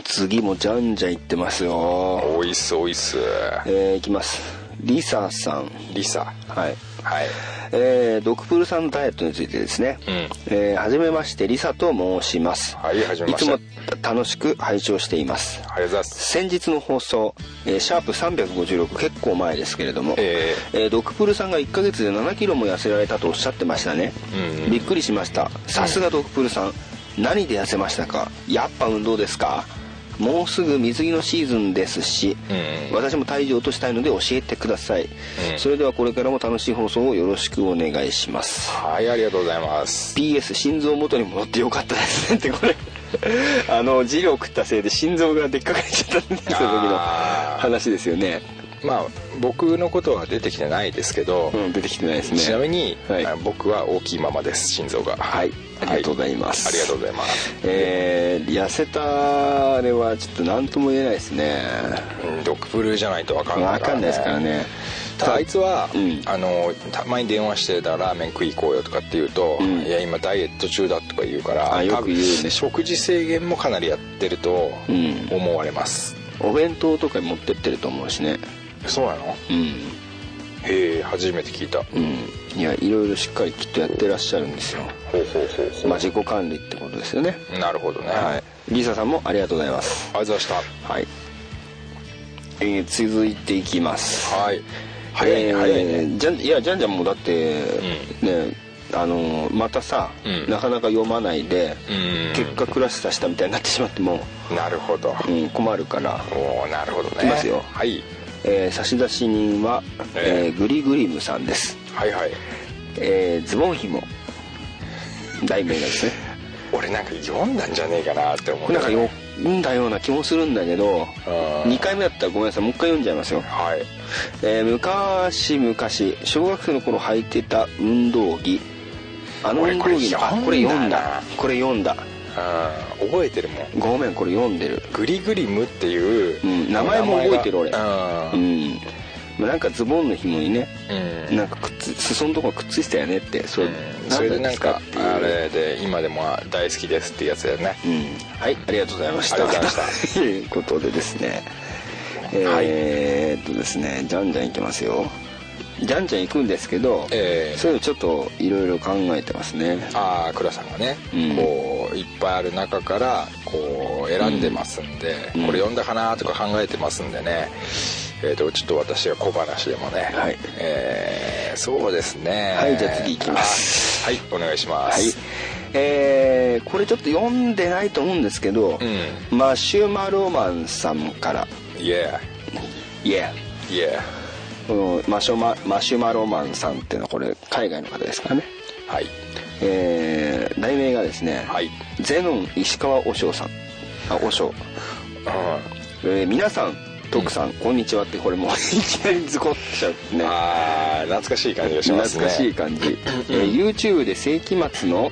C: 次もじゃんじゃんいってますよ
D: おいっすおいっす
C: えー、いきますリサさん
D: リサ
C: はい
D: はい
C: えー、ドクプルさんのダイエットについてですね、
D: うん
C: えーはじめましてリサと申します
D: はいはじめまして
C: いつも楽しく拝聴しています
D: ありがとうございます
C: 先日の放送、えーシャープ356結構前ですけれども、
D: え
C: えードクプルさんが1ヶ月で7キロも痩せられたとおっしゃってましたね、
D: うん
C: びっくりしましたさすがドクプルさん、何で痩せましたかやっぱ運動ですかもうすぐ水着のシーズンですし、
D: うん
C: 私も体重を落としたいので教えてください、
D: うん
C: それではこれからも楽しい放送をよろしくお願いします
D: はいありがとうございます
C: PS 心臓元に戻ってよかったですねってこれ あの治療を食ったせいで心臓がでっかくなっちゃったんですよその時の
D: あー
C: 話ですよね、
D: まあ僕のことは出てきてないですけど、
C: うん、出てきてないですね
D: ちなみに、
C: はい
D: あ僕は大きいままです心臓が
C: はいありがとうございます
D: ありがとうございます、
C: えー、痩せたあれはちょっと何とも言えないですね
D: うん、ドクプルじゃないと分かんない
C: 分かんないですからね
D: ただあいつは、
C: うん
D: あのたまに電話してたらラーメン食い行こうよとかって言うと、
C: うん
D: いや今ダイエット中だとか言うから
C: あよく言うね
D: 多分食事制限もかなりやってると
C: うん
D: 思われます、
C: お弁当とかに持ってってると思うしね
D: そうなの
C: うん
D: へえ初めて聞いた、
C: うんいやいろいろしっかりきっとやってらっしゃるんですよ
D: ほうほうほうほう、
C: まあ自己管理ってことですよね
D: なるほどね、
C: は
D: あり
C: いリーサさんもありがとうございます
D: がとうございました
C: はい、えー続いていきます
D: はい早いね、
C: えー
D: 早いね
C: じゃんいやじゃんじゃんもだって、ねあのーまたさ、
D: うん
C: なかなか読まないで、
D: うん
C: 結果クラス出したみたいになってしまっても
D: なるほど
C: う、うん困るから、
D: おおなるほどね
C: いきますよ
D: はい、
C: えー差出人は、
D: え
C: え
D: ー
C: ーグリグリムさんです、
D: はいはい
C: えーズボン紐題名がですね
D: 俺なんか読んだんじゃねえかなって思う
C: なんか
D: よ
C: 読んだような気もするんだけど
D: ー
C: 2回目だったらごめんなさいもう一回読んじゃいますよ
D: はい
C: えー昔昔小学生の頃履いてた運動着あの
D: 俺
C: 運動着のあこ
D: これ
C: れ
D: 読
C: 読
D: ん
C: ん
D: だ
C: だ
D: な
C: これ読んだ
D: うん覚えてるもん
C: ごめんこれ読んでる
D: グリグリムっていう、
C: うん名前も覚えてる俺
D: うん
C: うんまあなんかズボンの紐にね
D: うん
C: なんかくっつ裾のとこがくっついてたよねってそれ,、
D: うんそれでなんかあれで今でも大好きですってやつだよね
C: うんはいありがとうございました
D: ありがとうございま
C: した ということでですねえーっとですねじゃんじゃんいきますよじゃんじゃんいくんですけど、
D: ええ
C: そういうのちょっといろいろ考えてますね
D: ああ倉さんがね、
C: うん
D: こういっぱいある中からこう選んでますんで、
C: うん
D: これ読んだかなとか考えてますんでね、えー、とちょっと私が小話でもね、
C: はい
D: えーそうですね
C: はいじゃあ次いきます
D: あはいお願いしま
C: はい
D: す、
C: えーこれちょっと読んでないと思うんですけど、
D: う
C: マシュマロマンさんから
D: い、イエ
C: 「イエー
D: ーイエ
C: このマシュママシュマロマンさんっていうのはこれ海外の方ですからね、
D: ーはい
C: えー題名がですね、
D: はい
C: ゼノン石川和尚さんあ和尚、えー皆さん徳さん、こんにちはってこれもういきなりズコッとしちゃうね
D: ああ懐かしい感じがしま
C: 懐
D: すね
C: かしい感じ、えー YouTube で世紀末の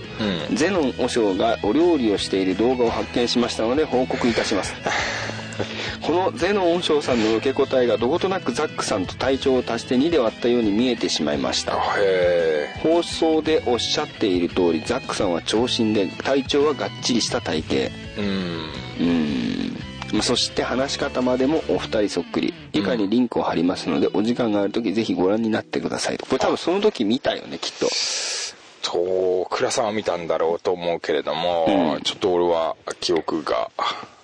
D: うん
C: ゼノン和尚がお料理をしている動画を発見しましたので報告いたします このゼノン和尚さんの受け答えがどことなくザックさんと体調を足して2で割ったように見えてしまいました
D: へ
C: 放送でおっしゃっている通りザックさんは長身で体調はがっちりした体型
D: えうん
C: うんまあそして話し方までもお二人そっくり以下にリンクを貼りますので、お時間がある時ぜひご覧になってくださいとこれ多分その時見たよねきっと
D: と倉さんは見たんだろうと思うけれども、
C: うん
D: ちょっと俺は記憶が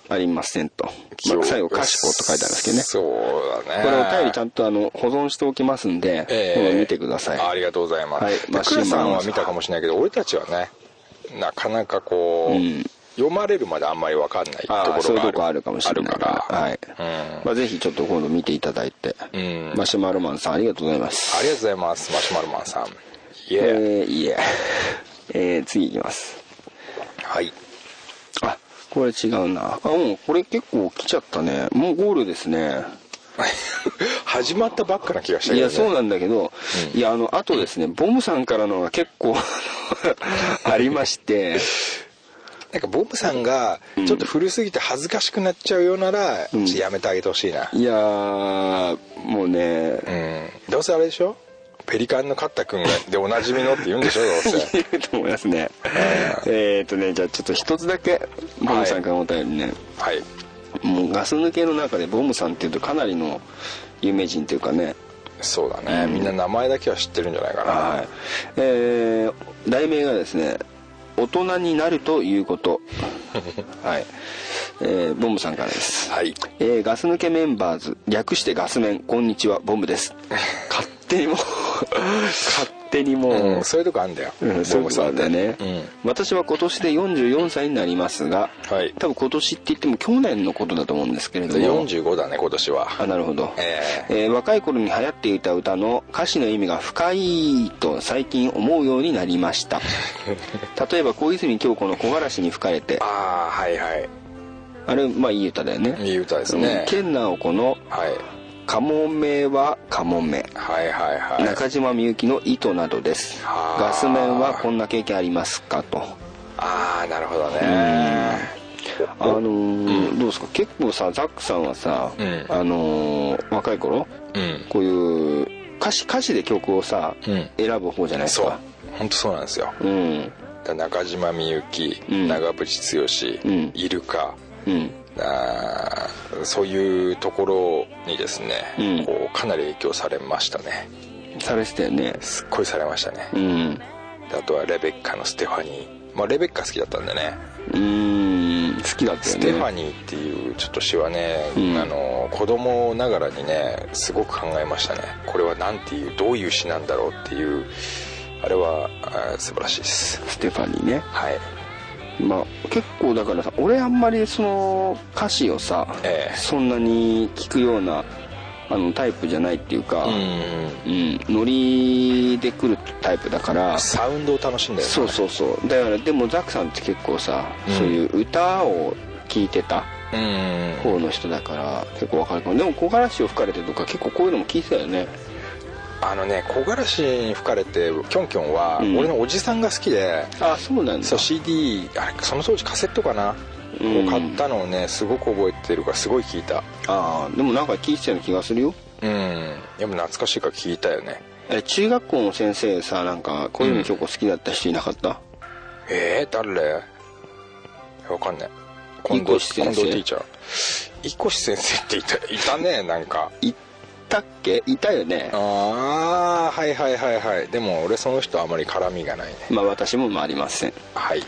C: ありませんと「
D: 記
C: まあ
D: 憶
C: 最後かしこ」と書いてあるんですけどね
D: そうだね
C: これお便りちゃ
D: ん
C: んとあの保存しておきますんで、この見てください
D: ありがとうございます、
C: はい
D: で
C: マシン
D: 倉さん
C: マン
D: は
C: さん
D: 見たかもしれないけど俺たちはねなかなかこう、
C: うん
D: 読まれるまであんまり分かんないところが
C: あ
D: あ
C: あ
D: る
C: そういうとこあるかもしれない
D: あるから
C: はい、まあ、ぜひちょっと今度見ていただいて、
D: うん
C: マシュマロマンさんありがとうございます
D: ありがとうございますマシュマロマンさんイエーイ
C: えー、いえ、 えー、次いきます
D: はい
C: あこれ違うなあもうこれ結構来ちゃったねもうゴールですね
D: 始まったばっかな気がした
C: い
D: けど、
C: や
D: ね、
C: そうなんだけど、いやあのあとですねボムさんからのが結構 ありまして
D: なんかボブさんがちょっと古すぎて恥ずかしくなっちゃうようなら、ちょっとやめてあげてほしいな、
C: いやーもう ね
D: うん、どうせあれでしょペリカンのカッタ君がでおなじみのって言うんでしょどうせ
C: いると思いますねえーっとねじゃあちょっと一つだけボムさんからのお便りね、
D: はい
C: もうガス抜けの中でボムさんっていうとかなりの有名人というかね
D: そうだね、みんな名前だけは知ってるんじゃないかな、
C: はい、えー題名がですね「大人になるということ」はい、えーボムさんからです、
D: はい
C: えーガス抜けメンバーズ略してガスメンこんにちはボムです勝手にもう勝手にもう、
D: うん、そういうとこあんだよ、
C: うんそういうこと
D: ボブさ
C: なん
D: ん
C: だ
D: で
C: よね、私は今年で44歳になりますが、
D: はい
C: 多分今年って言っても去年のことだと思うんですけれ
D: うん、
C: ど
D: で
C: も
D: 45だね今年は
C: あなるほど、
D: え
C: えー若い頃に流行っていた歌の歌詞の意味が深いと最近思うようになりました 例えば小泉今日子の「木枯らしに吹かれて」
D: ああはいはい
C: あれまあいい歌だよね
D: いい歌ですね
C: うんケンナオコの
D: はい
C: 「かもめはかもめ」
D: はいはいはい
C: 中島みゆきの「糸」などです
D: はあ
C: ガス面はこんな経験ありますかと
D: ああなるほどね
C: あのーどうですか結構さザックさんはさ、
D: うん
C: あのー若い頃
D: うん
C: こういう歌詞歌詞で曲をさ、
D: うん
C: 選ぶ方じゃないです
D: そう
C: か
D: 本当そうなんですよ
C: ううん
D: だ中島みゆき、
C: うん
D: 長渕剛、
C: うん
D: イルカ
C: うん
D: あーそういうところにですね、
C: うん
D: こうかなり影響されましたね
C: されてたよね
D: すっごいされましたね
C: う、ん
D: であとはレベッカのステファニー、まあ、レベッカ好きだったんでね
C: うーん好きだったよ
D: ス
C: ね
D: テファニーっていうちょっと詩はね、
C: うん
D: あの子供ながらにねすごく考えましたねこれは何ていうどういう詩なんだろうっていうあれはあー素晴らしいです
C: ステファニーね
D: はい
C: まあ結構だからさ俺あんまりその歌詞をさ、
D: ええ
C: そんなに聞くようなあのタイプじゃないっていうか、
D: うん
C: うんノリで来るタイプだから
D: サウンドを楽しんだよね
C: そうそうそうだからでもザックさんって結構さ、
D: うん
C: そういう歌を聴いてた
D: うん
C: 方の人だから結構わかるかもでも木枯らしを吹かれてとか結構こういうのも聞いてたよね
D: あのね木枯らしに吹かれてキョンキョンは
C: うん
D: 俺のおじさんが好きで、
C: あそうなんだ
D: そう CD あれその当時カセットかな、
C: うん
D: を買ったのをねすごく覚えてるからすごい聞いた
C: ああでもなんか聞いてたような気がするよ
D: うんでも懐かしいから聞いたよね
C: え中学校の先生さなんか小泉今日子好きだった人いなかった、
D: えー、誰わかんない
C: 近藤先生
D: 近藤ティーチャー一越先生っていたいた ねなんか
C: いったっけいたよね
D: ああはいはいはいはいでも俺その人あまり絡みがないね
C: まあ私もまあありません
D: はいい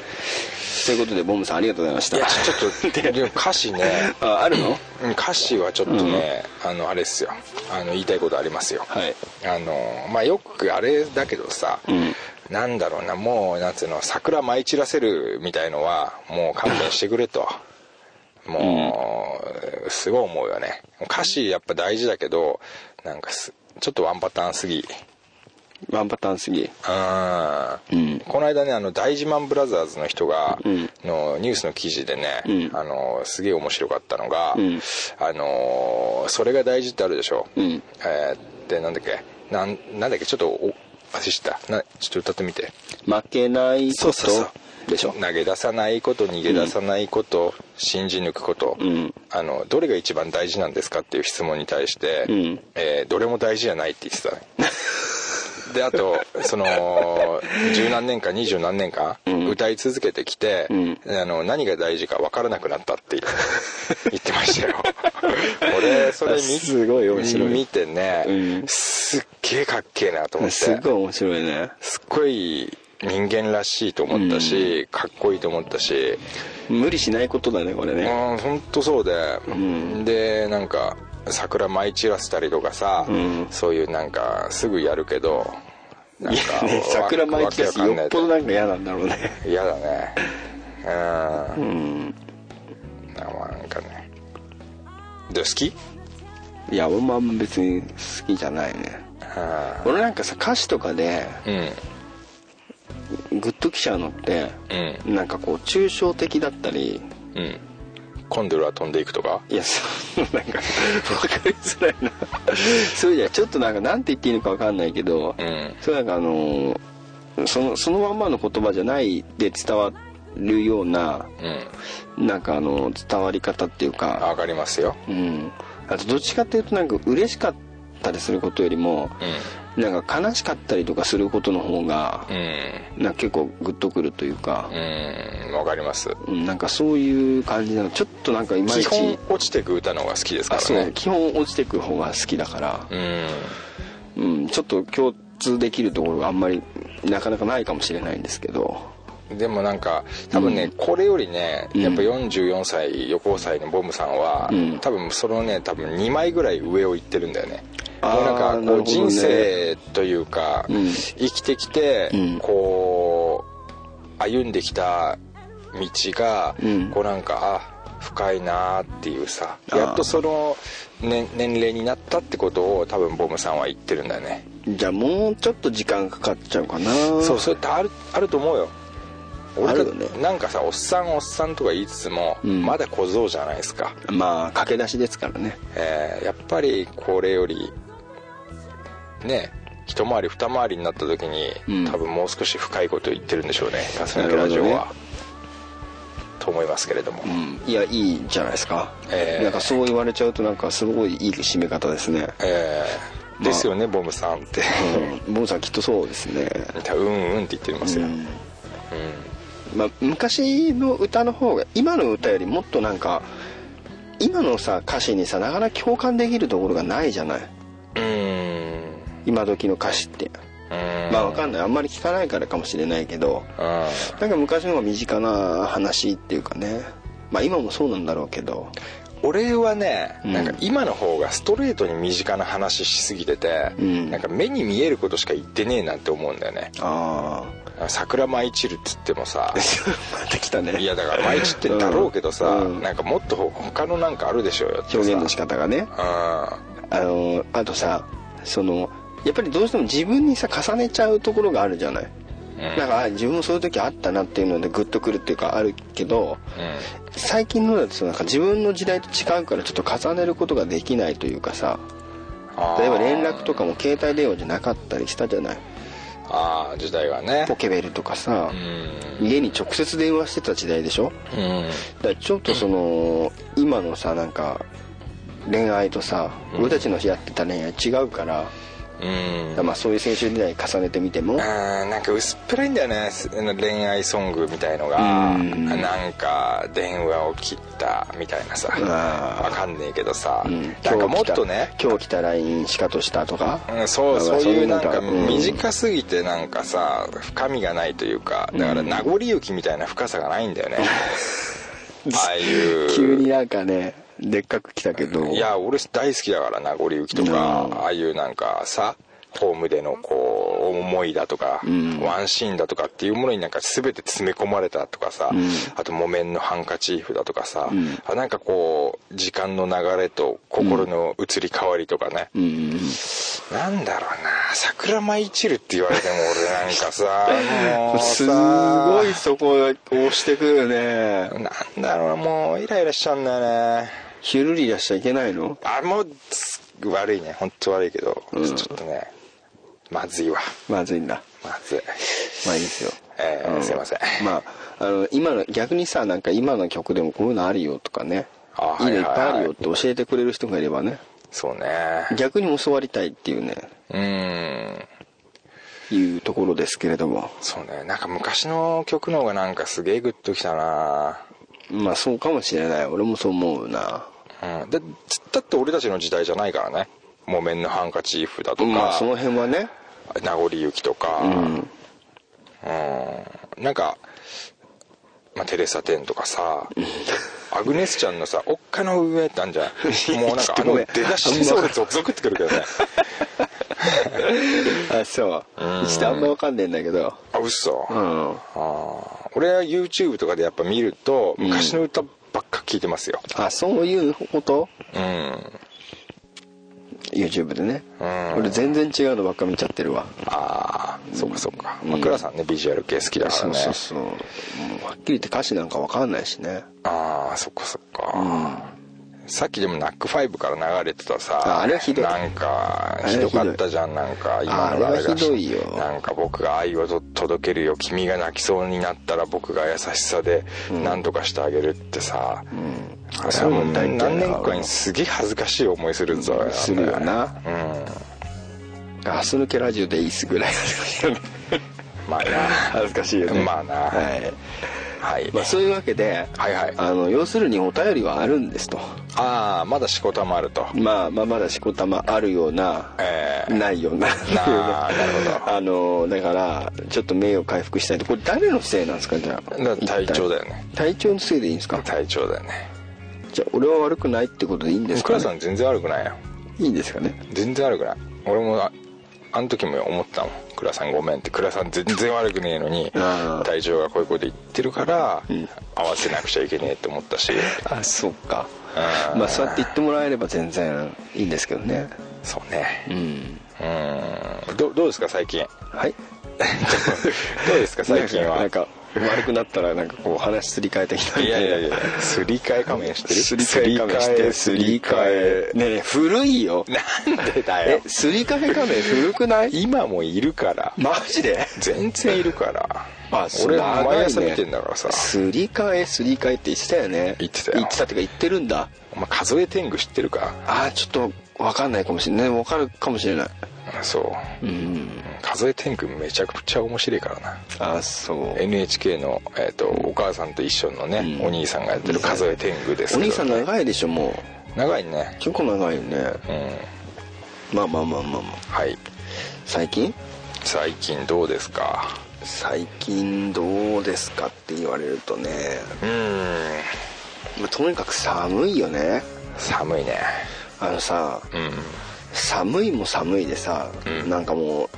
C: ということでボムさんありがとうございました
D: やちょち ょっとでも歌詞ね
C: ああるの
D: うん歌詞はちょっとね、あのあれっすよあの言いたいことありますよ
C: はい
D: あのまあよくあれだけどさ、
C: うん
D: なんだろうなもうなんつうの桜舞い散らせるみたいのはもう勘弁してく れともう、すごい思うよね歌詞やっぱ大事だけどなんかすちょっとワンパターンすぎ
C: ワンパターンすぎ
D: う
C: うん
D: ん、この間ねあの大自慢ブラザーズの人が、
C: うん
D: のニュースの記事でね、
C: うん
D: あのすげえ面白かったのが、
C: うん
D: あのそれが大事ってあるでしょ、
C: うん
D: えーってなんだっけなんなんだっけちょっとお忘れしたなちょっと歌ってみて
C: 負けない
D: そ
C: こ
D: うそうそう
C: とでしょ
D: 投げ出さないこと逃げ出さないこと、信じ抜くこと、
C: うん
D: あのどれが一番大事なんですかっていう質問に対して、
C: うん
D: えーどれも大事じゃないって言っ てたねであとその十何年か二十何年か
C: ん
D: 歌い続けてきて、
C: うん
D: あの何が大事か分からなくなったって言 言ってましたよ俺それ見
C: すごい面白い
D: 見てね、
C: うん
D: すっげえかっけえなと思って
C: すごい面白いね
D: すっごい人間らしいと思ったし、かっこいいと思ったし
C: 無理しないことだねこれ
D: うん
C: ね
D: 本当そうで、
C: ん
D: でなんか桜舞い散らせたりとかさ、
C: うん
D: そういうなんかすぐやるけどなんか
C: いやね桜舞い散らし
D: わ
C: よ
D: けわかんな
C: っ
D: い
C: ぽどなんか嫌なんだろうね
D: 嫌だねうん
C: うん
D: なんかねで好き
C: いや俺もあんま別に好きじゃないね俺なんかさ歌詞とかで
D: うんうん
C: グッときちゃうのって
D: う
C: なんかこう抽象的だったり
D: うんコンドルは飛んでいくとか
C: いやそうなんか分かりづらいなそうじゃちょっとなんかなんて言っていいのか分かんないけど、
D: うん
C: そうなんかあのーそのそのまんまの言葉じゃないで伝わるような
D: うん
C: なんかあの伝わり方っていうか
D: 上がりますよ
C: うんあとどっちかっていうとなんか嬉しかったりすることよりも、なんか悲しかったりとかすることの方が
D: う、ん
C: なんか結構グッとくるというか
D: う、んわかります
C: うんなんかそういう感じなのちょっとなんかいまい
D: 基
C: ち
D: 本落ちてく歌の方が好きですか
C: あ
D: ら
C: そう、
D: ね
C: 基本落ちてく方が好きだから、
D: うん
C: うん、ちょっと共通できるところがあんまりなかなかないかもしれないんですけど
D: でもなんか多分ね、
C: うん
D: これよりね
C: うん
D: やっぱ44歳横尾歳のボムさんは、
C: うん
D: 多分そのね多分2枚ぐらい上を行ってるんだよね
C: あー
D: もうなん
C: な
D: か
C: る
D: こ
C: ほど
D: う
C: ね
D: 人生というか、
C: うん
D: 生きてきて、
C: うん
D: こう歩んできた道が、
C: うん
D: こうなんかあ深いなーっていうさ
C: あー
D: やっとその、ね、年齢になったってことを多分ボムさんは言ってるんだよね
C: じゃあもうちょっと時間かかっちゃうかな
D: そうそれってあるあると思うよ
C: あ
D: 俺
C: る
D: だ
C: よね
D: なんかさおっさんおっさんとか言いつつも、
C: うん
D: まだ小僧じゃないですか、
C: まあ駆け出しですからね
D: えーやっぱりこれよりね一回り二回りになった時に、
C: うん
D: 多分もう少し深いこと言ってるんでしょうね「ガス抜けラジオは」
C: なるほど
D: と思いますけれども、
C: うんいやいいじゃないですか、
D: えー
C: なんかそう言われちゃうとなんかすごいいい締め方ですね
D: えーですよね、ボムさんって
C: うんボンさんきっとそうですね、
D: うんうんって言ってますよ、
C: うんまあ、昔の歌の方が今の歌よりもっとなんか今のさ歌詞にさなかなか共感できるところがないじゃない
D: うんうん
C: 今時の歌詞ってまあわかんないあんまり聞かないからかもしれないけど
D: うん
C: なんか昔の方が身近な話っていうかねまあ今もそうなんだろうけど
D: 俺はね、
C: うん
D: なんか今の方がストレートに身近な話しすぎてて、
C: うん
D: なんか目に見えることしか言ってねえなって思うんだよね
C: ああ
D: 桜舞い散るっつっても さ
C: また来たね
D: いやだから舞い散ってんだろうけどさ、
C: うんうん
D: なんかもっと他のなんかあるでしょうよってさ
C: 表現の仕方がねあのあとさそのやっぱりどうしても自分にさ重ねちゃうところがあるじゃない、
D: うん
C: なんかあ自分もそういう時あったなっていうのでグッとくるっていうかあるけど
D: うんうん
C: 最近のだとさなんか自分の時代と違うからちょっと重ねることができないというかさ
D: あー
C: 例えば連絡とかも携帯電話じゃなかったりしたじゃない
D: ああ時代はね
C: ポケベルとかさ
D: う、ん
C: 家に直接電話してた時代でしょ
D: うん
C: だからちょっとその今のさなんか恋愛とさ、
D: うん
C: 俺たちのやってた恋愛違うから、
D: うん
C: まあそういう青春時代重ねてみても、
D: うんなんか薄っぺらいんだよねす恋愛ソングみたいのが
C: うん
D: なんか電話を切ったみたいなさ
C: あー
D: わかんねえけどさ
C: うん
D: なんか
C: 今
D: も
C: 日
D: っ
C: 来た
D: とね
C: 今日来た LINE しかとしたとか、
D: うんそうそういうなんか
C: うん
D: 短すぎてなんかさ深みがないというかだから名残雪みたいな深さがないん だよねああいう
C: 急になんかねでっかく来たけど
D: いや俺大好きだから名残雪とか、
C: うん
D: ああいうなんかさホームでのこう思いだとか、
C: ん
D: ワンシーンだとかっていうものになんか全て詰め込まれたとかさ、
C: ん
D: あと木綿のハンカチーフだとかさ、
C: ん
D: あなんかこう時間の流れと心の移り変わりとかね、
C: うんうんうん
D: なんだろうな桜舞い散るって言われても俺なん かさもうさ
C: すごいそこを押してくるよね
D: なんだろうなもうイライラしちゃうんだよね
C: ひゅるり出しちゃいけないの
D: あもうつ悪いね本当悪いけど、
C: うん
D: ちょっとねまずいわ
C: まずいんだ
D: まずい
C: まあいいですよ
D: えー
C: う
D: すいません
C: まああの今の逆にさなんか今の曲でもこういうのあるよとかね
D: あ
C: いいのいっ
D: はいはいはい
C: ぱいあるよって教えてくれる人がいればね
D: そうね
C: 逆に教わりたいっていうね
D: うーん
C: いうところですけれども
D: そうねなんか昔の曲の方がなんかすげえグッときたな
C: まあそうかもしれない俺もそう思うな
D: うんだだって俺たちの時代じゃないからね「木綿のハンカチーフ」だとか
C: まあその辺はね
D: 「名残雪」とか、
C: うん
D: うんなんか、まあ、テレサ・テンとかさアグネスちゃんのさ「おっかの上」ってあんじゃ んもうなんかあ
C: ご
D: の
C: め
D: 出
C: ん
D: だしに
C: あん
D: さ
C: ま
D: 俺ゾクゾクってくるけど ね
C: あそうちょっとあんまわかんねえんだけど
D: あ嘘、
C: う
D: あ
C: ん
D: あ俺は YouTube とかでやっぱ見ると昔の歌ばっか聞いてますよ
C: あそういうこと
D: うん、
C: YouTube でね
D: うん
C: 俺全然違うのばっか見ちゃってるわ
D: ああそうかそうか、
C: う
D: まあ、
C: ん
D: 倉さんねビジュアル系好きだから
C: そう
D: ね
C: そうそうもうはっきり言って歌詞なんかわかんないしね
D: ああそっかそっか、
C: うん
D: さっきでもナックファイブから流れてた
C: あ
D: さ
C: あれはひどい
D: なんか
C: あれはひ
D: ひ
C: どい
D: どかったじゃんなんか今の
C: あ
D: が
C: れは
D: が
C: ひどいよ
D: なんか僕が愛をと届けるよ君が泣きそうになったら僕が優しさで何とかしてあげるってさ、
C: うん
D: それも
C: 大
D: 何
C: 嫌いだわ
D: 年かにすげえ恥ずかしい思いするぞ、
C: うんするよな
D: うん
C: ガス抜けラジオでいいっすぐらい恥ずかしいよね
D: まあな
C: 恥ずかしいよね
D: まあな
C: はい
D: はい、
C: まあそういうわけで
D: はいはい
C: あの要するにお便りはあるんですと
D: ああまだしこたまあると
C: まあまあまだしこたまあるような
D: ええ
C: ないような
D: あーなるほど
C: あのだからちょっと名誉回復したいとこれ誰のせいなんですかじゃあ
D: だから体調だよね
C: 一体体調のせいでいいんですか
D: 体調だよね
C: じゃあ俺は悪くないってことでいいんですか、
D: 倉
C: ね、
D: さん全然悪くないよ
C: いいんですかね
D: 全然悪くない俺もああの時も思ったもん「倉さんごめん」って倉さん全然悪くねえのに
C: あー
D: 体調がこういうこと言ってるから、
C: ん
D: 合わせなくちゃいけねえって思ったし
C: あそうか
D: うん
C: まあそうやって言ってもらえれば全然いいんですけどね
D: そうね
C: うん
D: うんどどうですか最 近
C: はい
D: どうですか最近は
C: なんかなんか悪くなったらなんかこう話すり替えてきたみ
D: い
C: た
D: や
C: いない
D: やいやすり替え仮面してる
C: すり替え仮面して
D: すり替え
C: ねえねえ古いよ
D: なんでだよ
C: えすり替え仮面古くない
D: 今もいるから
C: マジで
D: 全然いるから
C: そう
D: 俺
C: 長いね
D: 毎朝見てんだからさ
C: すり替えすり替えって言ってたよね
D: 言ってたよ
C: 言ってたっていうか言ってるんだ
D: お前数え天狗知ってるか
C: ああちょっと分かんないかもしれない分かるかもしれない
D: そう
C: うん
D: 数え天狗めちゃくちゃ面白いからな
C: ああそう
D: NHK の、えーと「お母さんと一緒」のね、
C: うん
D: お兄さんがやってる「数え天狗」です
C: お
D: けど、
C: 兄さん長いでしょもう
D: 長いね
C: 結構長いよね
D: うん
C: まあまあまあまあまあ
D: はい
C: 最近
D: 最近どうですか
C: 最近どうですかって言われるとね、
D: うーん
C: まあ、とにかく寒いよね
D: 寒いね
C: あのさ
D: うん
C: 寒いも寒いでさ、
D: うん
C: なんかもう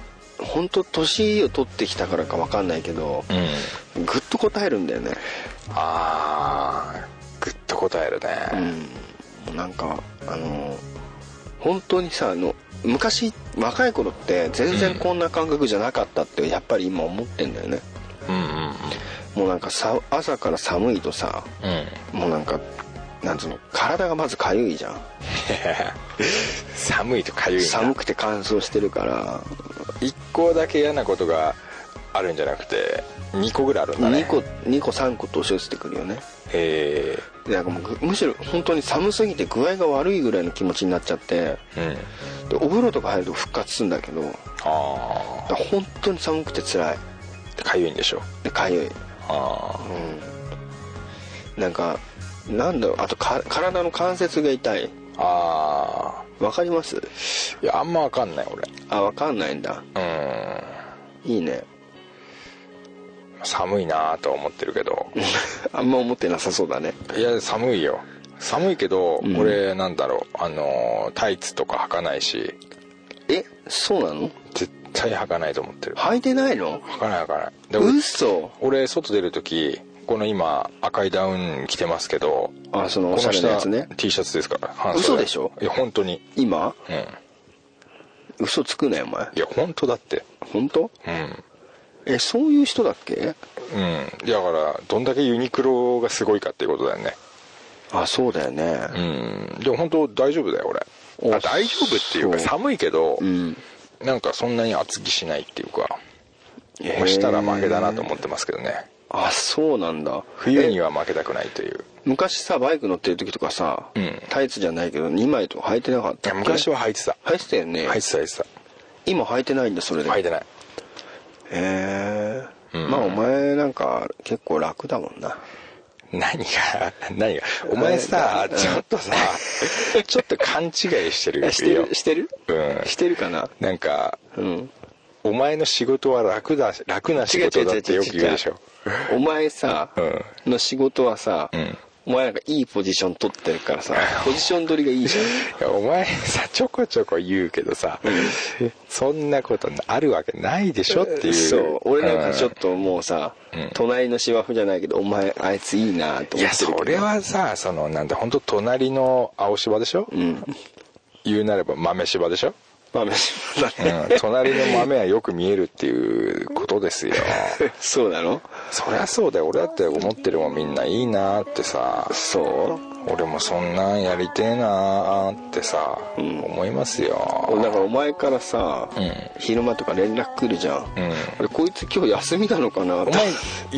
C: 本当年を取ってきたからか分かんないけど
D: う、ん
C: ぐっと答えるんだよね
D: ああグッと答える
C: う
D: ね
C: んもうなんかあの本当にさあの昔若い頃って全然こんな感覚じゃなかったってやっぱり今思ってんだよね
D: うんうん
C: もうなんかさ朝から寒いとさ
D: うんうん
C: もうなんかなんつうの体がまず痒いじゃん
D: 寒いとかゆいな
C: 寒くて乾燥してるから
D: 1個だけ嫌なことがあるんじゃなくて2個ぐらいあるんだね
C: 2個2個3個年寄せてくるよね
D: へ
C: でなんかもうぐむしろ本当に寒すぎて具合が悪いぐらいの気持ちになっちゃって
D: えうん
C: でお風呂とか入ると復活するんだけどだか
D: あ
C: ら本当に寒くて辛い
D: あかゆいんでしょ
C: でかゆい
D: ああ
C: なんかなんだろうあとか体の関節が痛い
D: あ
C: わかります
D: あいやあんまわかんない俺
C: あわかんないんだ
D: うん
C: いいね
D: 寒いなとは思ってるけど
C: あんま思ってなさそうだね
D: いや寒いよ寒いけど、
C: うん
D: 俺なんだろうあのータイツとか履かないし
C: えそうなの
D: 絶対履かないと思ってる
C: 履いてないの
D: 履かない履かないで俺
C: 嘘
D: 俺外出る時この今赤いダウン着てますけど
C: あその
D: こ
C: おしゃ
D: の
C: れなや
D: 下
C: つね
D: T シャツですから半
C: 嘘でしょ
D: いや本当に
C: 今
D: うん
C: 嘘つくなよお前
D: いや本当だって
C: 本当
D: うん
C: えそういう人だっけ
D: うんだからどんだけユニクロがすごいかっていうことだよね
C: あそうだよね
D: うんでも本当大丈夫だよ俺
C: お
D: あ大丈夫っていうか
C: そう
D: 寒いけど、
C: うん
D: なんかそんなに厚着しないっていうか
C: へー
D: 押したら負けだなと思ってますけどね
C: あそうなんだ
D: 冬に
C: え
D: は負けたくないという
C: 昔さバイク乗ってる時とかさ、
D: うん
C: タイツじゃないけど2枚とか履いてなかっ
D: い
C: たっ
D: や
C: け
D: 昔は履いてた
C: 履いてたよね、
D: 履いてた履いて
C: 今履いてないんだそれで
D: た履いてない
C: へえ、
D: うん
C: まあお前なんか結構楽だもんな
D: 何が 何がお前さ
C: うん
D: ちょっ とさちょっと勘違いしてるよ
C: してるしてる、
D: うん
C: してるかな
D: なんか
C: うん
D: お前の仕事は楽だ楽な仕事だってよく言うでしょ
C: お前さ、
D: う
C: の仕事はさ、
D: うん
C: お前なんかいいポジション取ってるから さポジション取りがいいじゃん
D: いやお前さちょこちょこ言うけどさそんなことあるわけないでしょっていう
C: そう俺なんかちょっ
D: と
C: ともうさ、
D: うん
C: 隣の芝生じゃないけどお前あいついいなと思っ
D: い
C: てるけど
D: やそれはさそのなんだ本当隣の青芝でしょ、
C: うん
D: 言うなれば豆芝でしょ、
C: まあ別に
D: う
C: そうだね、
D: ん、隣の豆はよく見えるっていうことで すよ
C: そうなの
D: そりゃそうだよ俺だって思ってるもんみんないいなーってさ
C: そう
D: 俺もそんなんやりてえなーってさ、思いますよ
C: だからお前からさ、
D: うん
C: 昼間とか連絡来るじゃん、
D: ん
C: 俺こいつ今日休みなのかな
D: お前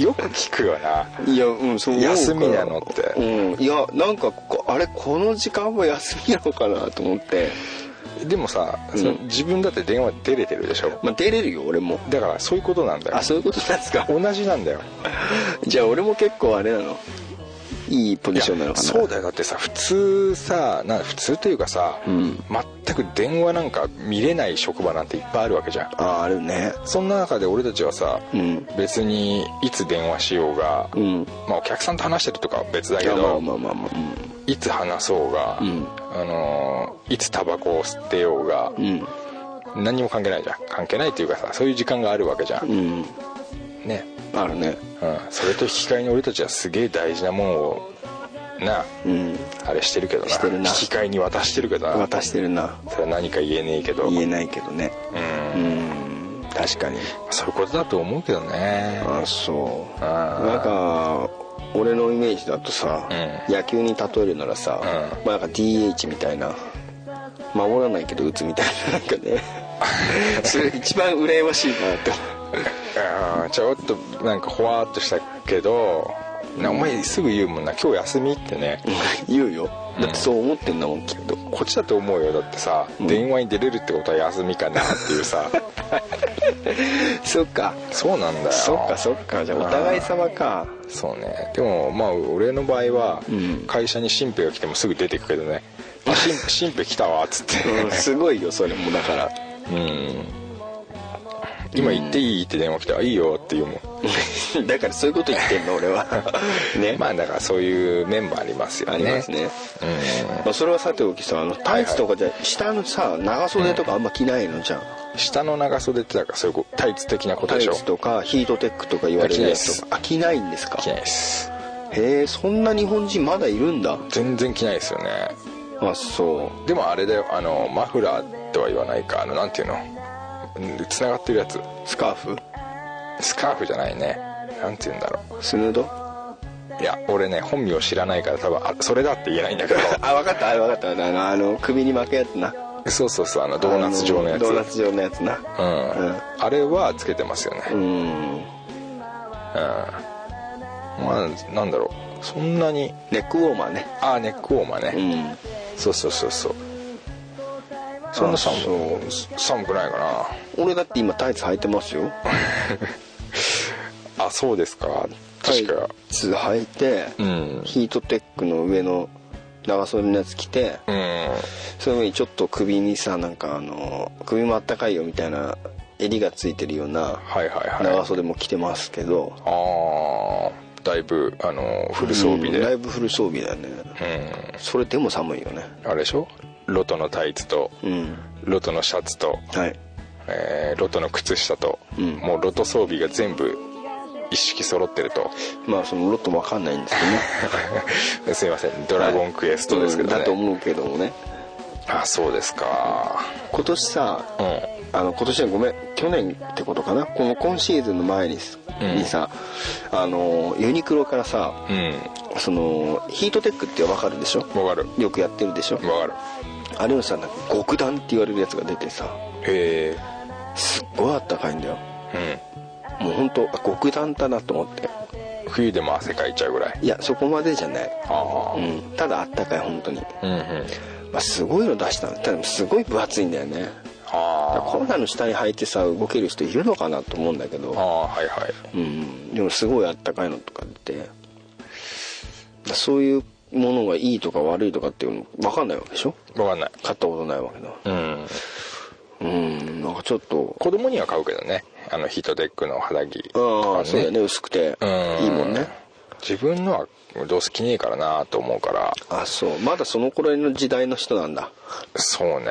D: よく聞くよない
C: やうんそう思うから
D: 休みなのって
C: うんいやなんかこあれこの時間は休みなのかなと思って
D: でもさ、
C: ん
D: その自分だって電話出れてるでしょ
C: まあ出れるよ俺も
D: だからそういうことなんだよ
C: あそういうことなんですか
D: 同じなんだよ
C: じゃあ俺も結構あれなのいいポジションなのかない
D: やそうだよだってさ普通さな普通というかさ、
C: ん
D: 全く電話なんか見れない職場なんていっぱいあるわけじゃん
C: ああるね
D: そんな中で俺たちはさ、
C: うん
D: 別にいつ電話しようが、
C: うん
D: まあ、お客さんと話してるとかは別だ
C: い
D: け
C: やまあ
D: ど
C: まあまあまあ
D: いつ話そうが、
C: うん
D: あのーいつタバコを吸ってようが、
C: うん
D: 何にも関係ないじゃん関係ないっていうかさそういう時間があるわけじゃん、
C: うん、うん、
D: ね、
C: あるね
D: うん、それと引き換えに俺たちはすげえ大事なもんをな
C: うん
D: あれしてるけどな
C: してるな
D: 引き換えに渡してるけどな
C: 渡してるな
D: それは何か言えねえけど
C: 言えないけどね
D: うん
C: うん確かに
D: そういうことだと思うけどね
C: あそう
D: あー
C: なんか俺のイメージだとさ、
D: う
C: 野球に例えるならさ、
D: うん
C: まあなんか DH みたいな守らないけど打つみたいななんかねそれ一番羨ましいなって
D: あーちょっとなんかほわーっとしたけどなお前すぐ言うもんな今日休みってね
C: 言うよだってそう思ってんだもんきっと
D: こっちだと思うよだってさ、電話に出れるってことは休みかなってい うさ
C: そっか
D: そうなんだよ
C: そっかそっかじゃあお互い様か
D: そうねでもまあ俺の場合は
C: うん
D: 会社に新兵が来てもすぐ出てくけどね「 あ新新兵来たわ」っつって
C: うんすごいよそれもだから
D: うん今行っていいって電話来たら「いいよ」って言うもん
C: だからそういうこと言ってんの俺はね、
D: まあだからそういう面もありますよね
C: ありますね、
D: うん
C: まあ、それはさておきさあのタイツとかじゃ、下のさ長袖とかあんま着ないのじゃん、
D: 下の長袖ってだからそういうこうタイツ的なこ
C: タ
D: とでし
C: イ
D: ょ
C: ツとかヒートテックとか言われるやつとかあ着ないんですか
D: 着ないです
C: へえそんな日本人まだいるんだ
D: 全然着ないですよね
C: あそ
D: でもあれだよあのマフラーとは言わないかあのなんていうのうん繋がってるやつ
C: うスカーフ
D: スカーフじゃないねなんていうんだろ
C: スヌード
D: ういや俺ね本 名知らないから多分あそれだって言えないんだけど
C: あ分かったあ分かったあのあの首に巻くやつな
D: そうそうそうあのドーナツ状のやつ
C: ドーナツ状のやつな
D: うん
C: うん
D: あれはつけてますよね
C: う、ん
D: まあなんだろうそんなに
C: ネックウォーマーね
D: ああネックウォーマー
C: う
D: ね、
C: ん
D: そうそうそうそうそんな寒
C: そう
D: 寒くないか
C: 俺だって今タイツ履いてますよ
D: なあそうですか
C: タイ
D: 確か、
C: ツ履いて、
D: うん
C: ヒートテックの上の長袖のやつ着て
D: うん
C: その上にちょっと首にさなんかあの首もあったかいよみたいな襟がついてるような
D: はいはいはい
C: 長袖も着てますけど、
D: ああだいぶあのフル装備で、
C: うんだ
D: う
C: いぶフル装備だよね、
D: ん
C: それでも寒いよね
D: あれでしょロトのタイツと
C: うん
D: ロトのシャツと、
C: はい
D: えーロトの靴下と、
C: うん
D: もうロト装備が全部一式揃ってると
C: まあそのロットもわかんないんですけどね
D: すいません「ドラゴンクエスト」ですけどね、
C: うんだと思うけどもね
D: あそうですか
C: 今年さ
D: うん
C: あの今年はごめん去年ってことかなこの今シーズンの前に,、
D: うん
C: にさあのユニクロからさ
D: う
C: そのヒートテックってわかるでしょ
D: んわかる
C: よくやってるでしょ
D: わかる
C: あれのさなんか極暖って言われるやつが出てさ
D: へ
C: すっごいあったかいんだよ
D: え
C: もう本当あ極暖だなと思って
D: うん冬でも汗かいちゃうぐらい
C: いやそこまでじゃない、
D: ああ
C: うん、ただあったかい本当に、
D: うんうん
C: まあ、すごいの出したのただすごい分厚いんだよねだから
D: あ
C: コロナの下に履いてさ動ける人いるのかなと思うんだけ
D: ああ
C: ど、
D: あはいはい
C: うん、でもすごいあったかいのとかってそういうものがいいとか悪いとかっていうの分かんないわけでしょ
D: わかんない
C: 買ったことないわけだ
D: うん
C: うんなんかちょっと
D: 子供には買うけどねあのヒートテックの肌着
C: ああそうだよね
D: ね
C: 薄くて
D: うん
C: いいもんね
D: 自分のはどうせ着ねえからなと思うから
C: あそうまだその頃の時代の人なんだ
D: そうね,、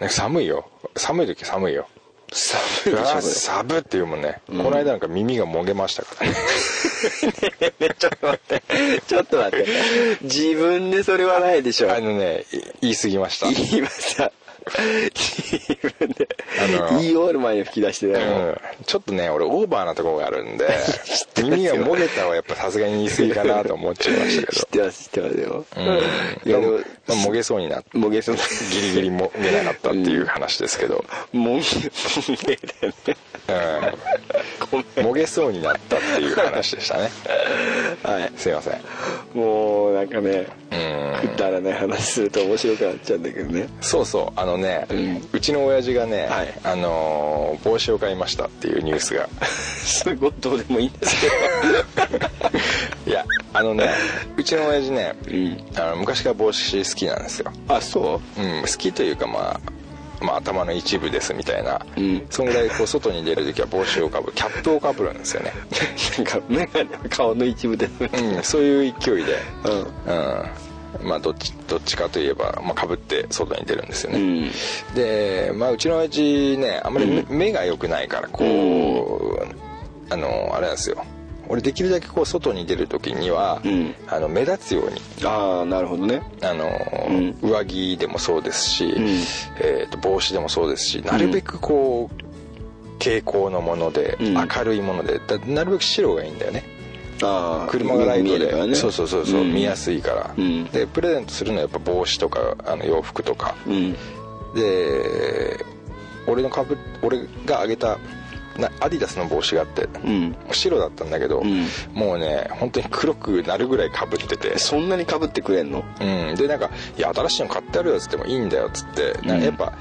D: ね寒いよ寒い時寒いよ
C: 寒
D: う
C: いで
D: わー
C: しょ
D: サブっていうもんね、この間なんか耳がもげましたからね
C: ちょっと待って自分でそれはないでしょ
D: あのねい言い過ぎました
C: 今さ自分で
D: あの
C: 言い終わる前に吹き出してたよ、
D: うんちょっとね俺オーバーなところがあるん で耳がもげたはやっぱさすがに言い過ぎかなと思っちゃいました
C: 知っ
D: け
C: てます知ってますよ、
D: ど、
C: いやで
D: う
C: も
D: ん、まあ、もげそうになって
C: もげそうな
D: ギリギリもげなかったっていう話で すけど、
C: もげもげだよね
D: うん、もげそうになったっていう話でしたね
C: はい
D: すいません
C: もうなんかね
D: うん
C: くだらない話すると面白くなっちゃうんだけどね
D: そうそうあのね、うちの親父がね、
C: はい
D: あのー帽子を買いましたっていうニュースが
C: すごいどうでもいいんですけど
D: いやあ のねうちの親父ね、
C: ん
D: あの昔から帽子好きなんですよ
C: あそ
D: うん、好きというか、まあ、まあ頭の一部ですみたいな、
C: うん
D: そんぐらいこう外に出る時は帽子をかぶキャップをかぶるんですよね、
C: うなんか眼鏡は顔の一部で
D: うん、 そういう勢いで、
C: うん
D: うんまあ、どっちどっちかといえば、まあ、かぶって外に出るんですよね、
C: うん
D: で、まあ、うちの親父ねあんまり目,、が良くないからこう、あのあれなんですよ俺できるだけこう外に出る時には、
C: うん
D: あの目立つように
C: ああなるほどね
D: あのー上着でもそうですし、
C: ん
D: えーと帽子でもそうですしなるべくこう蛍光のもので、
C: うん
D: 明るいものでだなるべく白がいいんだよね
C: ああ
D: 車がライト
C: 見え
D: で
C: るからね
D: そうそうそうそう、
C: ん
D: 見やすいから、
C: うん
D: でプレゼントするのはやっぱ帽子とかあの洋服とか
C: うん
D: で俺のかぶ俺があげたなアディダスの帽子があって、
C: うん
D: 白だったんだけど、
C: ん
D: もうね本当に黒くなるぐらいかぶってて
C: そんなにかぶってくれんの
D: うん、でなんか「いや新しいの買ってやるよ」っつっても「いいんだよ」っつってなんかやっぱ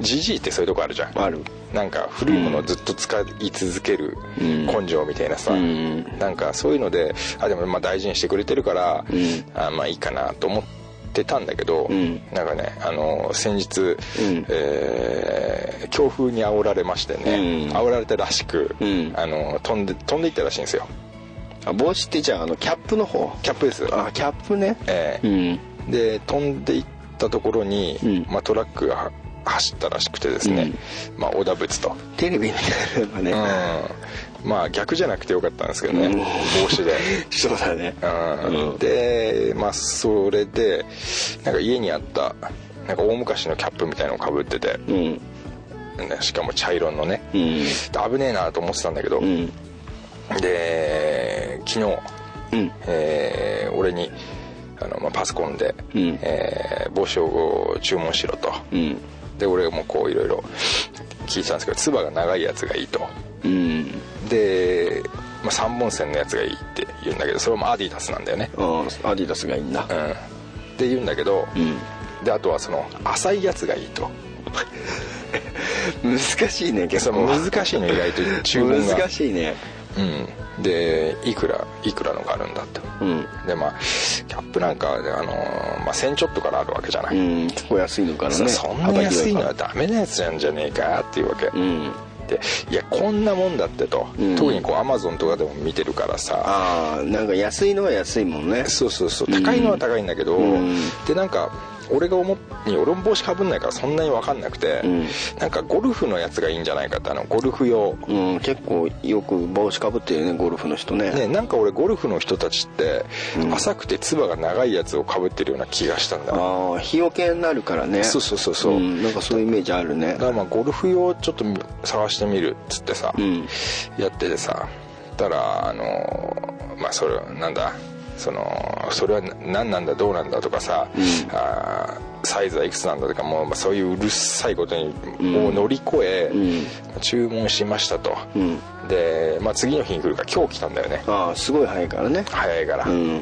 D: じじいってそういうとこあるじゃん
C: ある
D: なんか古いものをずっと使い続ける
C: うん
D: 根性みたいなさ、
C: うん
D: なんかそういうのであでもまあ大事にしてくれてるから、
C: うん
D: あまあいいかなと思ってたんだけど、
C: ん
D: なんかねあの先日、
C: ん
D: えー強風に煽られましてね、
C: うん
D: 煽られたらしく、
C: うん
D: あの飛んで飛んでいったらしいんですよ
C: あ帽子ってじゃああのキャップの方
D: キャップです
C: あキャップね
D: えー
C: ん
D: で飛んでいったところに、
C: うん
D: まあ、トラックがは走ったらしくてですね、まあ、小田仏と、
C: テレビになればね、
D: うんまあ逆じゃなくてよかったんですけどね、
C: うん
D: 帽 子で、
C: そうだね
D: うんでまあそれでなんか家にあったなんか大昔のキャップみたいのをかぶってて、
C: うん
D: ねしかも茶色のね、
C: うん
D: で危ねえなと思ってたんだけど、
C: うん
D: で昨日、
C: うん
D: えー俺にあの、まあ、パソコンで、
C: うん
D: えー帽子を注文しろと、
C: うん
D: で俺もこういろいろ聞いてたんですけどつばが長いやつがいいと
C: うん
D: で、まあ、3本線のやつがいいって言うんだけどそれもアディダスなんだよね
C: あアディダスがいいんだ
D: うんって言うんだけど、であとはその浅いやつがいいと
C: 難しいね結
D: そ
C: 構
D: の難しいの意外と注文が
C: 難しいね
D: うん、でいくらいくらのがあるんだって、
C: うん
D: でまあキャップなんかで、あのーまあ、1000ちょっとからあるわけじゃな
C: う
D: い、
C: ん結構安いのから
D: そ
C: ね
D: そんな安いのはダメなやつなんじゃねえかっていうわけ、
C: うん
D: でいやこんなもんだってと、
C: うん
D: 特にこうアマゾンとかでも見てるからさ
C: ああなんか安いのは安いもんね
D: そうそうそう
C: うん
D: 高いのは高いんだけど、
C: うん
D: でなんか俺が思っに俺も帽子かぶんないからそんなに分かんなくて、
C: うん
D: なんかゴルフのやつがいいんじゃないかってあのゴルフ用
C: うん結構よく帽子かぶってるねゴルフの人ね
D: ね、なんか俺ゴルフの人たちって
C: うん
D: 浅くてつばが長いやつをかぶってるような気がしたんだ、
C: ああ日よけになるからね
D: そうそうそうそう、
C: んなんかそういうイメージあるね
D: だからまあゴルフ用ちょっと探してみるっつってさ、
C: うん
D: やっててさたらあのーまあそれなんだそのそれは何なんだどうなんだとかさ、あーサイズはいくつなんだとかもうまあそういううるさいことにもう乗り越え、
C: うん
D: 注文しましたと、
C: うん
D: で、まあ、次の日に来るから今日来たんだよね
C: ああすごい早いからね
D: 早いから、
C: うん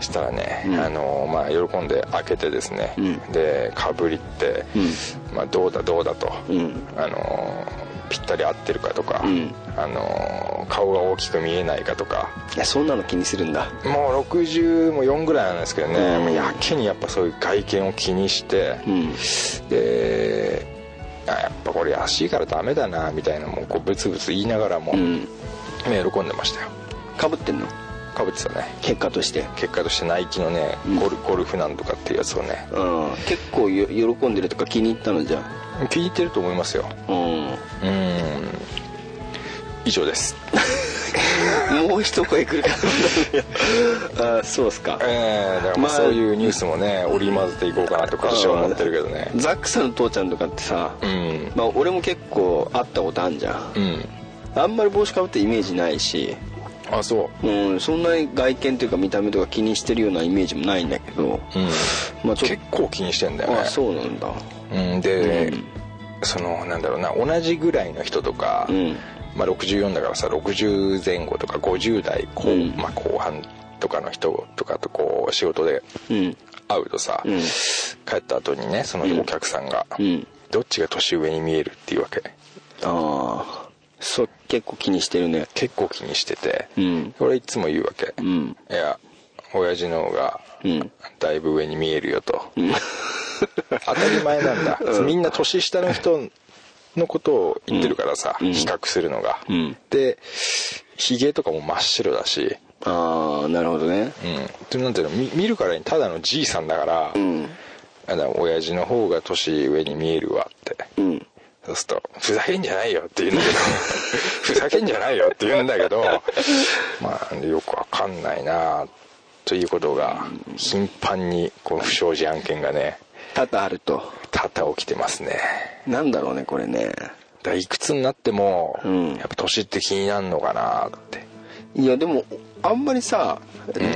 D: したらね、
C: ん
D: あのまあ、喜んで開けてですね、
C: ん
D: でかぶりって、まあ、どうだどうだと、
C: うん
D: あのぴったり合ってるかとか、
C: ん
D: あの顔が大きく見えないかとか
C: いやそんなの気にするんだ
D: もう60も4ぐらいなんですけどね、
C: うん
D: もうやけにやっぱそういう外見を気にして、
C: うん
D: であやっぱこれ安いからダメだなみたいなもうこうブツブツ言いながらも、
C: うん
D: 喜んでましたよ
C: かぶってんの
D: かぶってたね
C: 結果として
D: 結果としてナイキのねゴル,、ゴルフなんとかっていうやつをね
C: うん結構よ喜んでるとか気に入ったのじゃん
D: 聞いてると思いますよ
C: うん
D: うん以上です
C: もう一声来 るかと思ったあそうっすか
D: えー、だからまあ
C: まあ
D: そういうニュースもね織り交ぜていこうかなと私は思ってるけどね
C: ザックさんの父ちゃんとかってさ、
D: うん
C: まあ、俺も結構会ったことあんじゃん
D: うん
C: あんまり帽子かぶってイメージないし、
D: あそう
C: うん、そんなに外見というか見た目とか気にしてるようなイメージもないんだけど、
D: うん
C: まあちょ
D: 結
C: っ
D: 構気にしてんだよ
C: と
D: ね
C: あそうなんだ
D: うんで、
C: うん
D: そのなんだろうな同じぐらいの人とか、
C: うん
D: まあ、64だからさ60前後とか50代後,、
C: うん
D: まあ、後半とかの人とかとこう仕事で
C: うん
D: 会うとさ、
C: うん
D: 帰った後にねそのお客さんが、
C: うん
D: どっちが年上に見えるっていうわけ
C: ああそう結構気にしてるね
D: 結構気にしてて、
C: うん
D: 俺いつも言うわけ、
C: ん
D: いや親父の方が
C: うん
D: だいぶ上に見えるよと、当たり 前なんだ、みんな年下の人のことを言ってるからさ、比較するのが、
C: ん
D: でひげとかも真っ白だし、
C: ああなるほどね
D: うん、でなんていうの見見るからにただのじいさんだから、
C: うん
D: あの親父の方が年上に見えるわって
C: うん
D: そうすると「ふざけんじゃないよ」って言う んだけど「ふざけんじゃないよ」って言うんだけどまあよくわかんないなということが頻繁にこの不祥事案件がね
C: 多々あると
D: 多々起きてますね
C: なんだろうねこれね
D: だからいくつになっても
C: うん
D: やっぱ年って気になるのかなって
C: いやでもあんまりさ、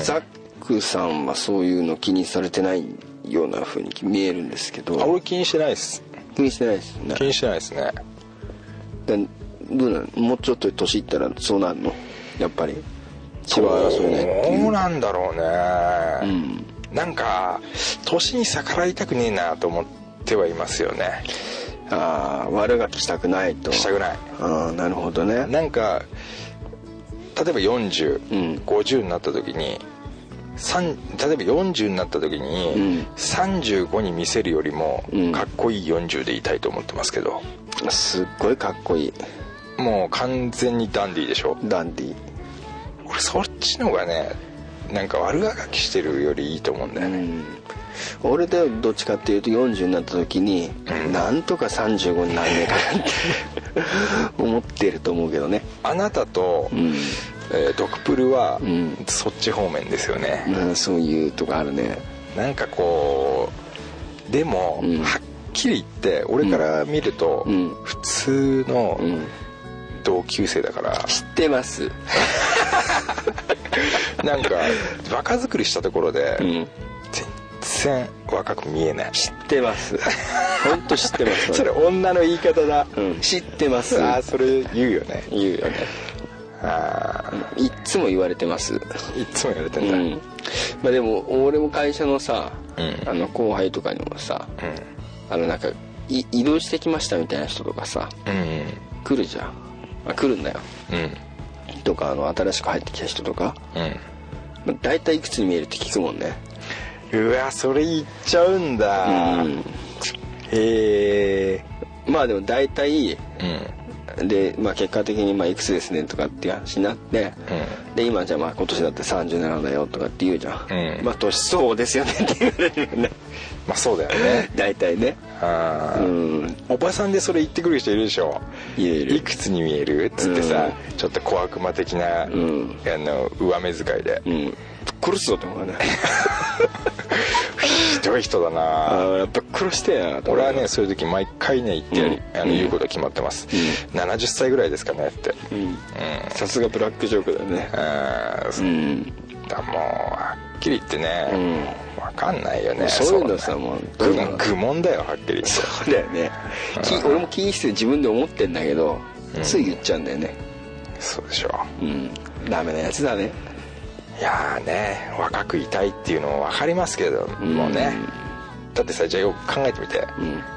C: ザックさんはそういうの気にされてないような風に見えるんですけど
D: あ俺気にしてないです
C: 気にしてないですね
D: 気にしてないですね
C: だどうなのもうちょっと年いったらそうなるのやっぱり血は争えないってい
D: どう
C: う
D: なんだろうね、なんか年に逆らいたくねえなと思ってはいますよね
C: ああ悪ガキしたくないと
D: したくない
C: ああなるほどね
D: なんか例えば4050
C: う、ん
D: 50になった時にさん例えば40になった時に、
C: うん
D: 35に見せるよりも
C: うん
D: かっこいい40でいたいと思ってますけど、
C: すっごいかっこいい
D: もう完全にダンディーでしょ
C: ダンディ
D: 俺そっちの方がねなんか悪あがきしてるよりいいと思うんだよね、
C: 俺でどっちかっていうと40になった時に、なんとか35になんねえかなって 思ってると思うけどね
D: あなたと、
C: うん
D: えードクプルは、
C: ん
D: そっち方面ですよね、
C: うんそういうとこあるね
D: なんかこうでも、
C: うん
D: はっきり言って俺から見ると、
C: うん
D: 普通の
C: うん
D: 同級生だから、
C: 知ってます
D: なんか若作りしたところで、
C: うん
D: 全然若く見えない
C: 知ってます 本当知ってます
D: それ女の言い方だ、
C: うん
D: 知
C: 知
D: っ
C: ってて
D: ま
C: ますす
D: ああそれ言うよね
C: 言うよね
D: あ
C: いっつも言われてます
D: あいつも言われて
C: うん
D: だ、
C: んまあでも俺も会社のさ、
D: うん
C: あの後輩とかにもさあのなんかい移動してきましたみたいな人とかさ
D: うんうん
C: 来るじゃんあ来るんだよ
D: うん
C: とかあの新しく入ってきた人とか、
D: う
C: まあ、大体いくつに見えるって聞くもんね
D: んうわそれ言っちゃうんだ、
C: うん
D: へえ
C: まあでも大体
D: うん
C: で、まあ、結果的にまあいくつですねとかっていう話になって、で今じゃあまあ今年だって37だよとかって言うじゃん、
D: うん
C: まあ年相応ですよねって言われるよね
D: まあそうだよね
C: 大体ね
D: あ
C: う
D: ー
C: ん
D: おばさんでそれ言ってくる人いるでしょ
C: いるいる
D: いくつに見えるっつってさ、ちょっと小悪魔的
C: ん
D: な、あの上目遣いで、
C: うん殺すぞと思うね
D: ひどい人だ
C: あ
D: な
C: あやっぱ殺してやなと思
D: 俺
C: う
D: はねそういう時毎回ね言ってやり、
C: うん
D: あの言うことが決まってます、70歳ぐらいですかねって
C: うんさすがブラックジョークだね
D: あー
C: うん
D: だもうはっきり言ってね、わかんないよね
C: そういうのさもうどういうの
D: 愚愚問だよはっきり言って
C: そうだよねき俺も気にして自分で思ってんだけどつい言っちゃうんだよね
D: そうでしょ
C: うんダメなやつだね
D: いやーね若くいたいっていうのも分かりますけどもね、だってさじゃあよく考えてみて、
C: ん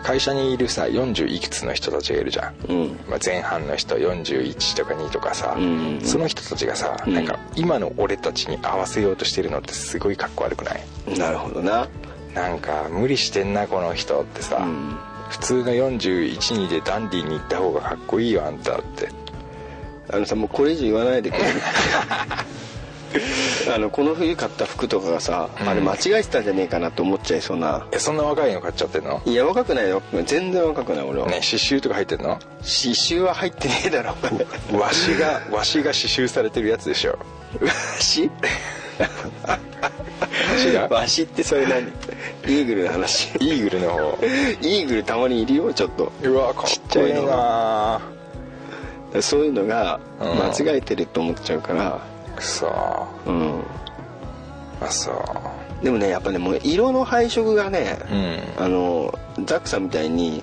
D: 会社にいるさ40いくつの人たちがいるじゃん、
C: うん
D: まあ、前半の人41とか2とかさ、
C: ん
D: その人たちがさ、
C: ん
D: なんか今の俺たちに合わせようとしてるのってすごいかっこ悪くない
C: なるほどな
D: なんか無理してんなこの人ってさ、
C: ん
D: 普通の412でダンディーに行った方がかっこいいよあんたって
C: あのさもうこれ以上言わない でくれるあのこの冬買った服とかがさ、あれ間違えてたんじゃねえかなと思っちゃいそうな
D: えそんな若いの買っちゃってんの
C: いや若くないよ全然若くない俺は、
D: ね刺繍とか入ってんの
C: 刺繍は入ってねえだろ
D: わしがわしが刺繍されてるやつでしょ
C: わし
D: しが
C: わしってそれ何イーグルの話
D: イーグルの方
C: イーグルたまにいるよちょっと
D: うわかっこいい
C: ちっちゃいの
D: な
C: そういうのが
D: うん
C: 間違えてると思っちゃうから
D: くそ
C: うん
D: あそう
C: でもねやっぱねもう色の配色がね、
D: うん
C: あのザックさんみたいに、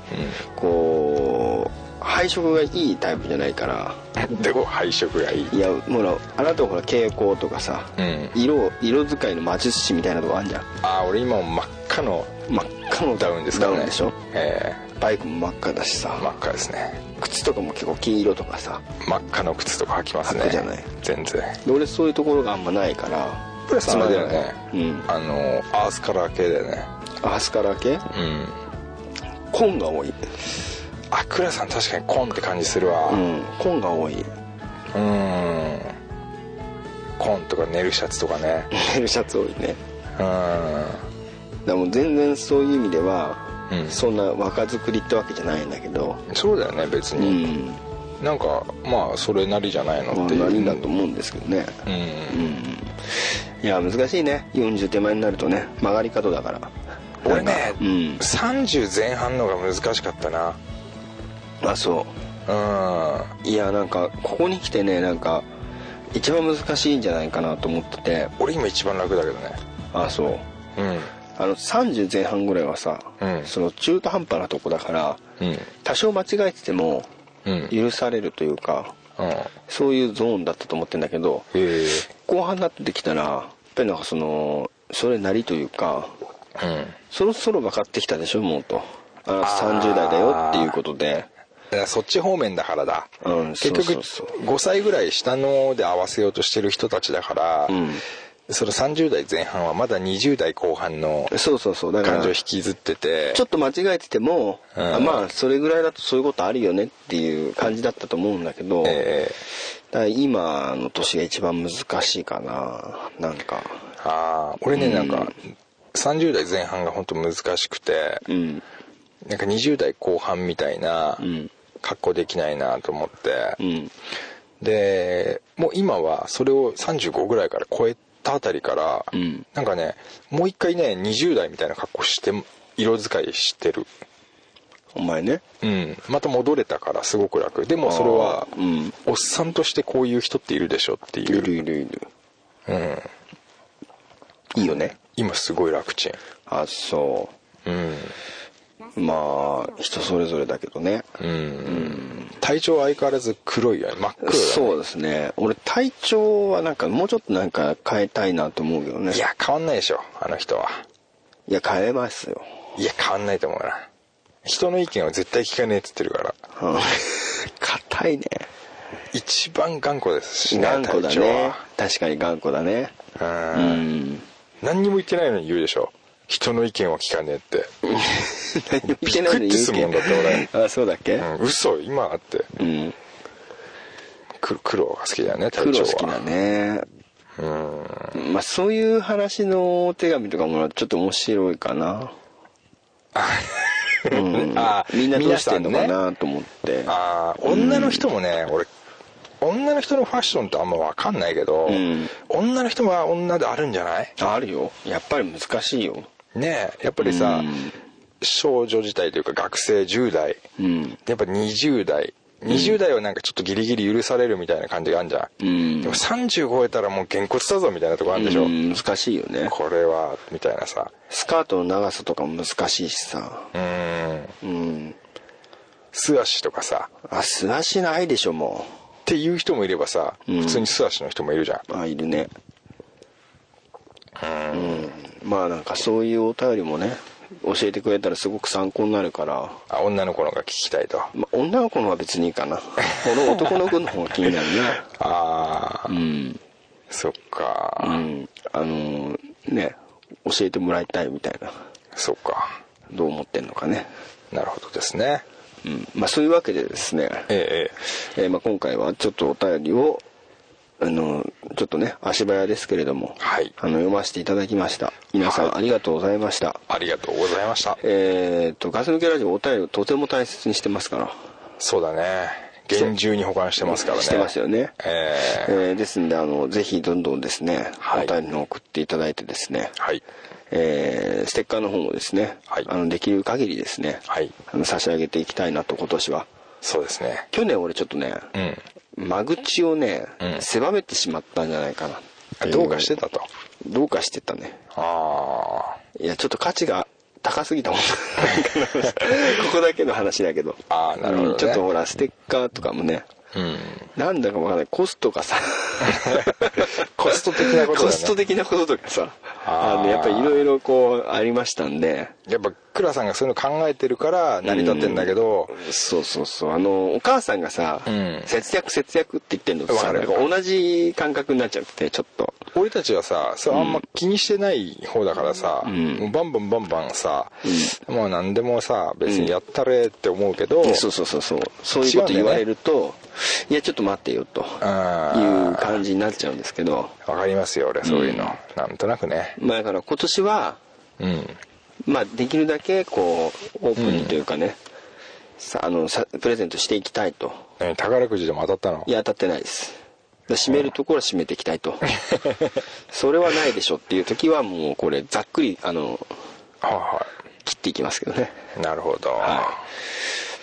C: こう配色がいいタイプじゃないから
D: どう配色がいい
C: いやもうあなたほら蛍光とかさ、
D: うん
C: 色色使いの魔術師みたいなとこあんじゃん
D: あ俺今も真っ赤の
C: 真っ赤の
D: ダウンですかね
C: ダウンでしょ
D: え
C: バイクも真っ赤だしさ、
D: え真っ赤ですね
C: 靴とかも結構金色とかさ
D: 真っ赤の靴とか履きますね
C: 履くじゃない
D: 全然
C: で俺そういうところがあんまないから
D: プラスあれだよ
C: つま
D: ね
C: ら、ないうん
D: あのアースカラー系だよね
C: アスカラ系
D: うん
C: 紺が多い
D: あクラさん確かにコンって感じするわ
C: う
D: うん
C: ん紺が多い
D: コンとかネルシャツとかね
C: 寝るシャツ多いね
D: う
C: でも全然そういう意味では、
D: うん
C: そんな若作りってわけじゃないんだけど
D: んそうだよね別
C: う
D: に、
C: ん
D: なんかまあそれなりじゃないの
C: ま
D: っ
C: あ
D: ていう
C: なりだと思うんですけどね
D: うん、
C: いや難しいね40手前になるとね曲がり角だから
D: 俺ね、
C: うん
D: 30前半のが難しかったな
C: あそ
D: うん
C: ういやなんかここに来てねなんか一番難しいんじゃないかなと思ってて
D: 俺今一番楽だけどね
C: あそうあの30前半ぐらいはさ、
D: うん
C: その中途半端なとこだから
D: うんうん
C: 多少間違えてても
D: うんうん
C: 許されるというかそういうゾーンだったと思ってんだけど
D: へえ
C: 後半になってきたらやっぱりなんかそのそれなりというか
D: うん
C: そろそろ分かってきたでしょもうとあの30代だよっていうことで
D: だからそっち方面だからだ、
C: うん
D: 結
C: そう
D: 局
C: そうそう
D: 5歳ぐらい下ので合わせようとしてる人たちだから、
C: ん
D: その30代前半はまだ20代後半の
C: そうそうそうだか
D: 感
C: ら
D: 情を引
C: ち
D: きずってて
C: ょっと間違えてても、
D: うん
C: あまあそれぐらいだとそういうことあるよねっていう感じだったと思うんだけど、
D: え
C: だから今の年が一番難しいかななんか
D: ーああ俺ね、なんか30代前半が本当難しくて、
C: うん
D: なんか20代後半みたいな
C: うん
D: 格好できないなと思って、
C: うん
D: でもう今はそれを35ぐらいから超えたあたりから、
C: うん
D: なんかねもう一回ね20代みたいな格好して色使いしてる
C: お前ね
D: うんまた戻れたからすごく楽でもそれは
C: あーうん
D: おっさんとしてこういう人っているでしょってい
C: ゆ
D: う
C: るゆるゆる
D: うん
C: いいよね
D: 今すごい楽ちん
C: あそ
D: う
C: う
D: ん
C: まあ人それぞれだけどね
D: うん体調は相変わらず黒いよね真っ黒だね
C: そうですね俺体調はなんかもうちょっとなんか変えたいなと思うけどね
D: いや変わんないでしょあの人はい
C: や変えますよ、
D: いや変わんないと思うな人の意見は絶対聞かねえって言ってるから
C: うん、 硬いね
D: 一番頑固ですしね
C: 頑固だ
D: 体調
C: ね
D: は
C: 確かに頑固だねう
D: うん
C: ん
D: 何にも言ってないのに言うでしょ人の意見は聞かねえって、
C: 何も言ってないのに言うけど
D: びっくりするもんだって
C: あそうだっけ
D: うん、嘘今あって
C: うん
D: く黒が好きだよね体
C: 黒
D: 調
C: 好
D: は
C: きだね
D: うん
C: まあそういう話のお手紙とかもらうとちょっと面白いかな、うん、
D: あー
C: みんなどうしてんのか
D: 皆さ
C: なと思って
D: ああ女の人もね、俺女の人のファッションってあんま分かんないけど、
C: うん
D: 女の人は女であるんじゃない
C: あるよやっぱり難しいよ
D: ねえやっぱり
C: う
D: さ、
C: ん
D: 少女時代というか学生10代、
C: うん
D: やっぱ20代20代はなんかちょっとギリギリ許されるみたいな感じがあるじゃん、
C: うん
D: でも30超えたらもうげんこつだぞみたいなとこあるんでしょ、
C: うん難しいよね
D: これはみたいなさ
C: スカートの長さとかも難しいしさ
D: うん
C: うん
D: 素足とかさ
C: あ素足ないでしょも
D: っていう人もいればさ、
C: うん
D: 普通に素足の人もいるじゃん
C: うあいるねうんまあなんかそういうお便りもね教えてくれたらすごく参考になるから
D: あ女の子のが聞きたいと
C: まあ、女の子のは別にいいか なこの男の子の方が気になる
D: ああ
C: なうん
D: そっ
C: う
D: か、
C: んあのーね教えてもらいたいみたいな
D: そっか
C: どう思ってんのかね、
D: なるほどですね
C: うんまあ、そういうわけでですね、
D: ええ
C: えーまあ、今回はちょっとお便りをあのーちょっとね足早ですけれども、
D: はい
C: あの読ませていただきました皆さんありがとうございました、
D: ありがとうございました
C: えー、とガス抜けラジオお便りをとても大切にしてますから
D: そうだね厳重に保管してますからね
C: してますよね
D: ええ
C: えーですんであのぜひどんどんですね、
D: はい
C: お便りの方送っていただいてですね、
D: はい
C: えーステッカーの方もですね、
D: はい
C: あのできる限りですね、
D: はい
C: あの差し上げていきたいなと今年は
D: そうですね
C: 去年俺ちょっとね、
D: う
C: 間口をね、
D: うん
C: 狭めてしまったんじゃないかなってい
D: ん
C: う
D: どうかしてたと
C: どうかしてたね
D: あ
C: いやちょっと価値が高すぎたもんこ こだけの話だけど
D: あーなるほどね
C: うんちょっとほらステッカーとかもね
D: あうん
C: なんだかわかんないコストがさ
D: コスト的なことだ
C: コ
D: ね
C: スト的なこととかさ
D: あー
C: あのやっぱりいろいろこうありましたんで
D: やっぱ倉さんがそういうの考えてるから成り立ってんだけど、
C: そうそうそうあのお母さんがさ、
D: うん
C: 節約節約って言ってんのと
D: わ
C: さ
D: か
C: なん
D: る
C: か同じ感覚になっちゃってちょっと
D: 俺たちはさそれあんま気にしてない方だからさ、
C: ん
D: もうバンバンバンバンさ、もう何でもさ別にやったれって思うけど、
C: そうそうそうそうそういうこと言
D: 違うんだよね
C: われると、いやちょっと待ってよという
D: あー
C: 感じになっちゃうんですけど
D: わかりますよ俺そういうの、なんとなくね
C: まあだから今年は
D: うん
C: まあ、できるだけこうオープンにというかね、さあのさプレゼントしていきたいと
D: 何宝くじでも当たったの
C: いや当たってないですだ締めるところは締めていきたい とそれはないでしょっていう時はもうこれざっくりあの
D: はいは
C: 切っていきますけどね
D: いなるほど、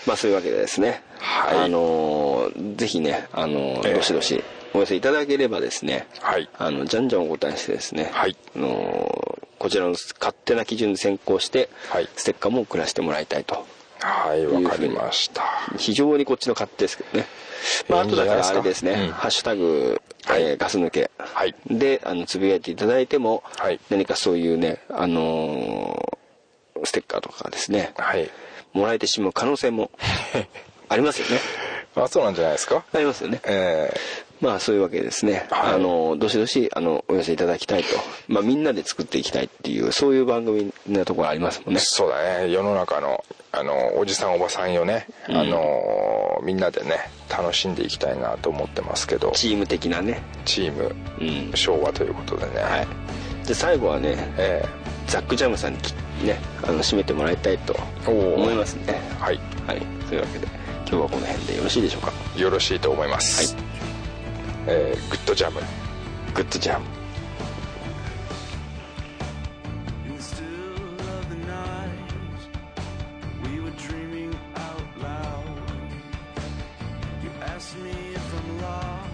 C: まあそういうわけでですね、
D: はい
C: あのーぜひね、あのー
D: ええ
C: どしどしお寄せいただければですね、
D: はい
C: あのじゃんじゃんお答えしてですね、
D: はい
C: あのーこちらの勝手な基準で先行して、
D: はい
C: ステッカーも送らせてもらいたいと
D: はいわかりました
C: 非常にこっちの勝手ですけどね、まあ、
D: い
C: あ
D: いん
C: と
D: じゃ
C: だ
D: な
C: か
D: いで
C: ら
D: す
C: あれ
D: か
C: ですね
D: うん
C: ハッシュタグ、
D: はい
C: えーガス抜け」
D: はい
C: であのつぶやいていただいても、
D: はい
C: 何かそういうね、あのーステッカーとかですね
D: はい
C: もらえてしまう可能性 もありますよね
D: あそうなんじゃないですか
C: ありますよね
D: え
C: まあそういうわけでですね、
D: はい
C: あのどしどしあのお寄せいただきたいと、まあ、みんなで作っていきたいっていうそういう番組なところありますもん
D: え
C: ね
D: そうだね世の中のあのおじさんおばさんよね、あのみんなでね楽しんでいきたいなと思ってますけど
C: チーム的なね
D: チーム、
C: うん
D: 昭和ということでね、
C: はいで最後はね
D: え
C: ザック・ジャムさんにきねあの締めてもらいたいと
D: おー
C: 思いますね
D: えはい
C: はいというわけで今日はこの辺でよろしいでしょうか
D: よろしいと思います、えーグッドジャム
C: グッドジャム
E: In the still of the night, we were dreaming out loud. You asked me if I'm lost,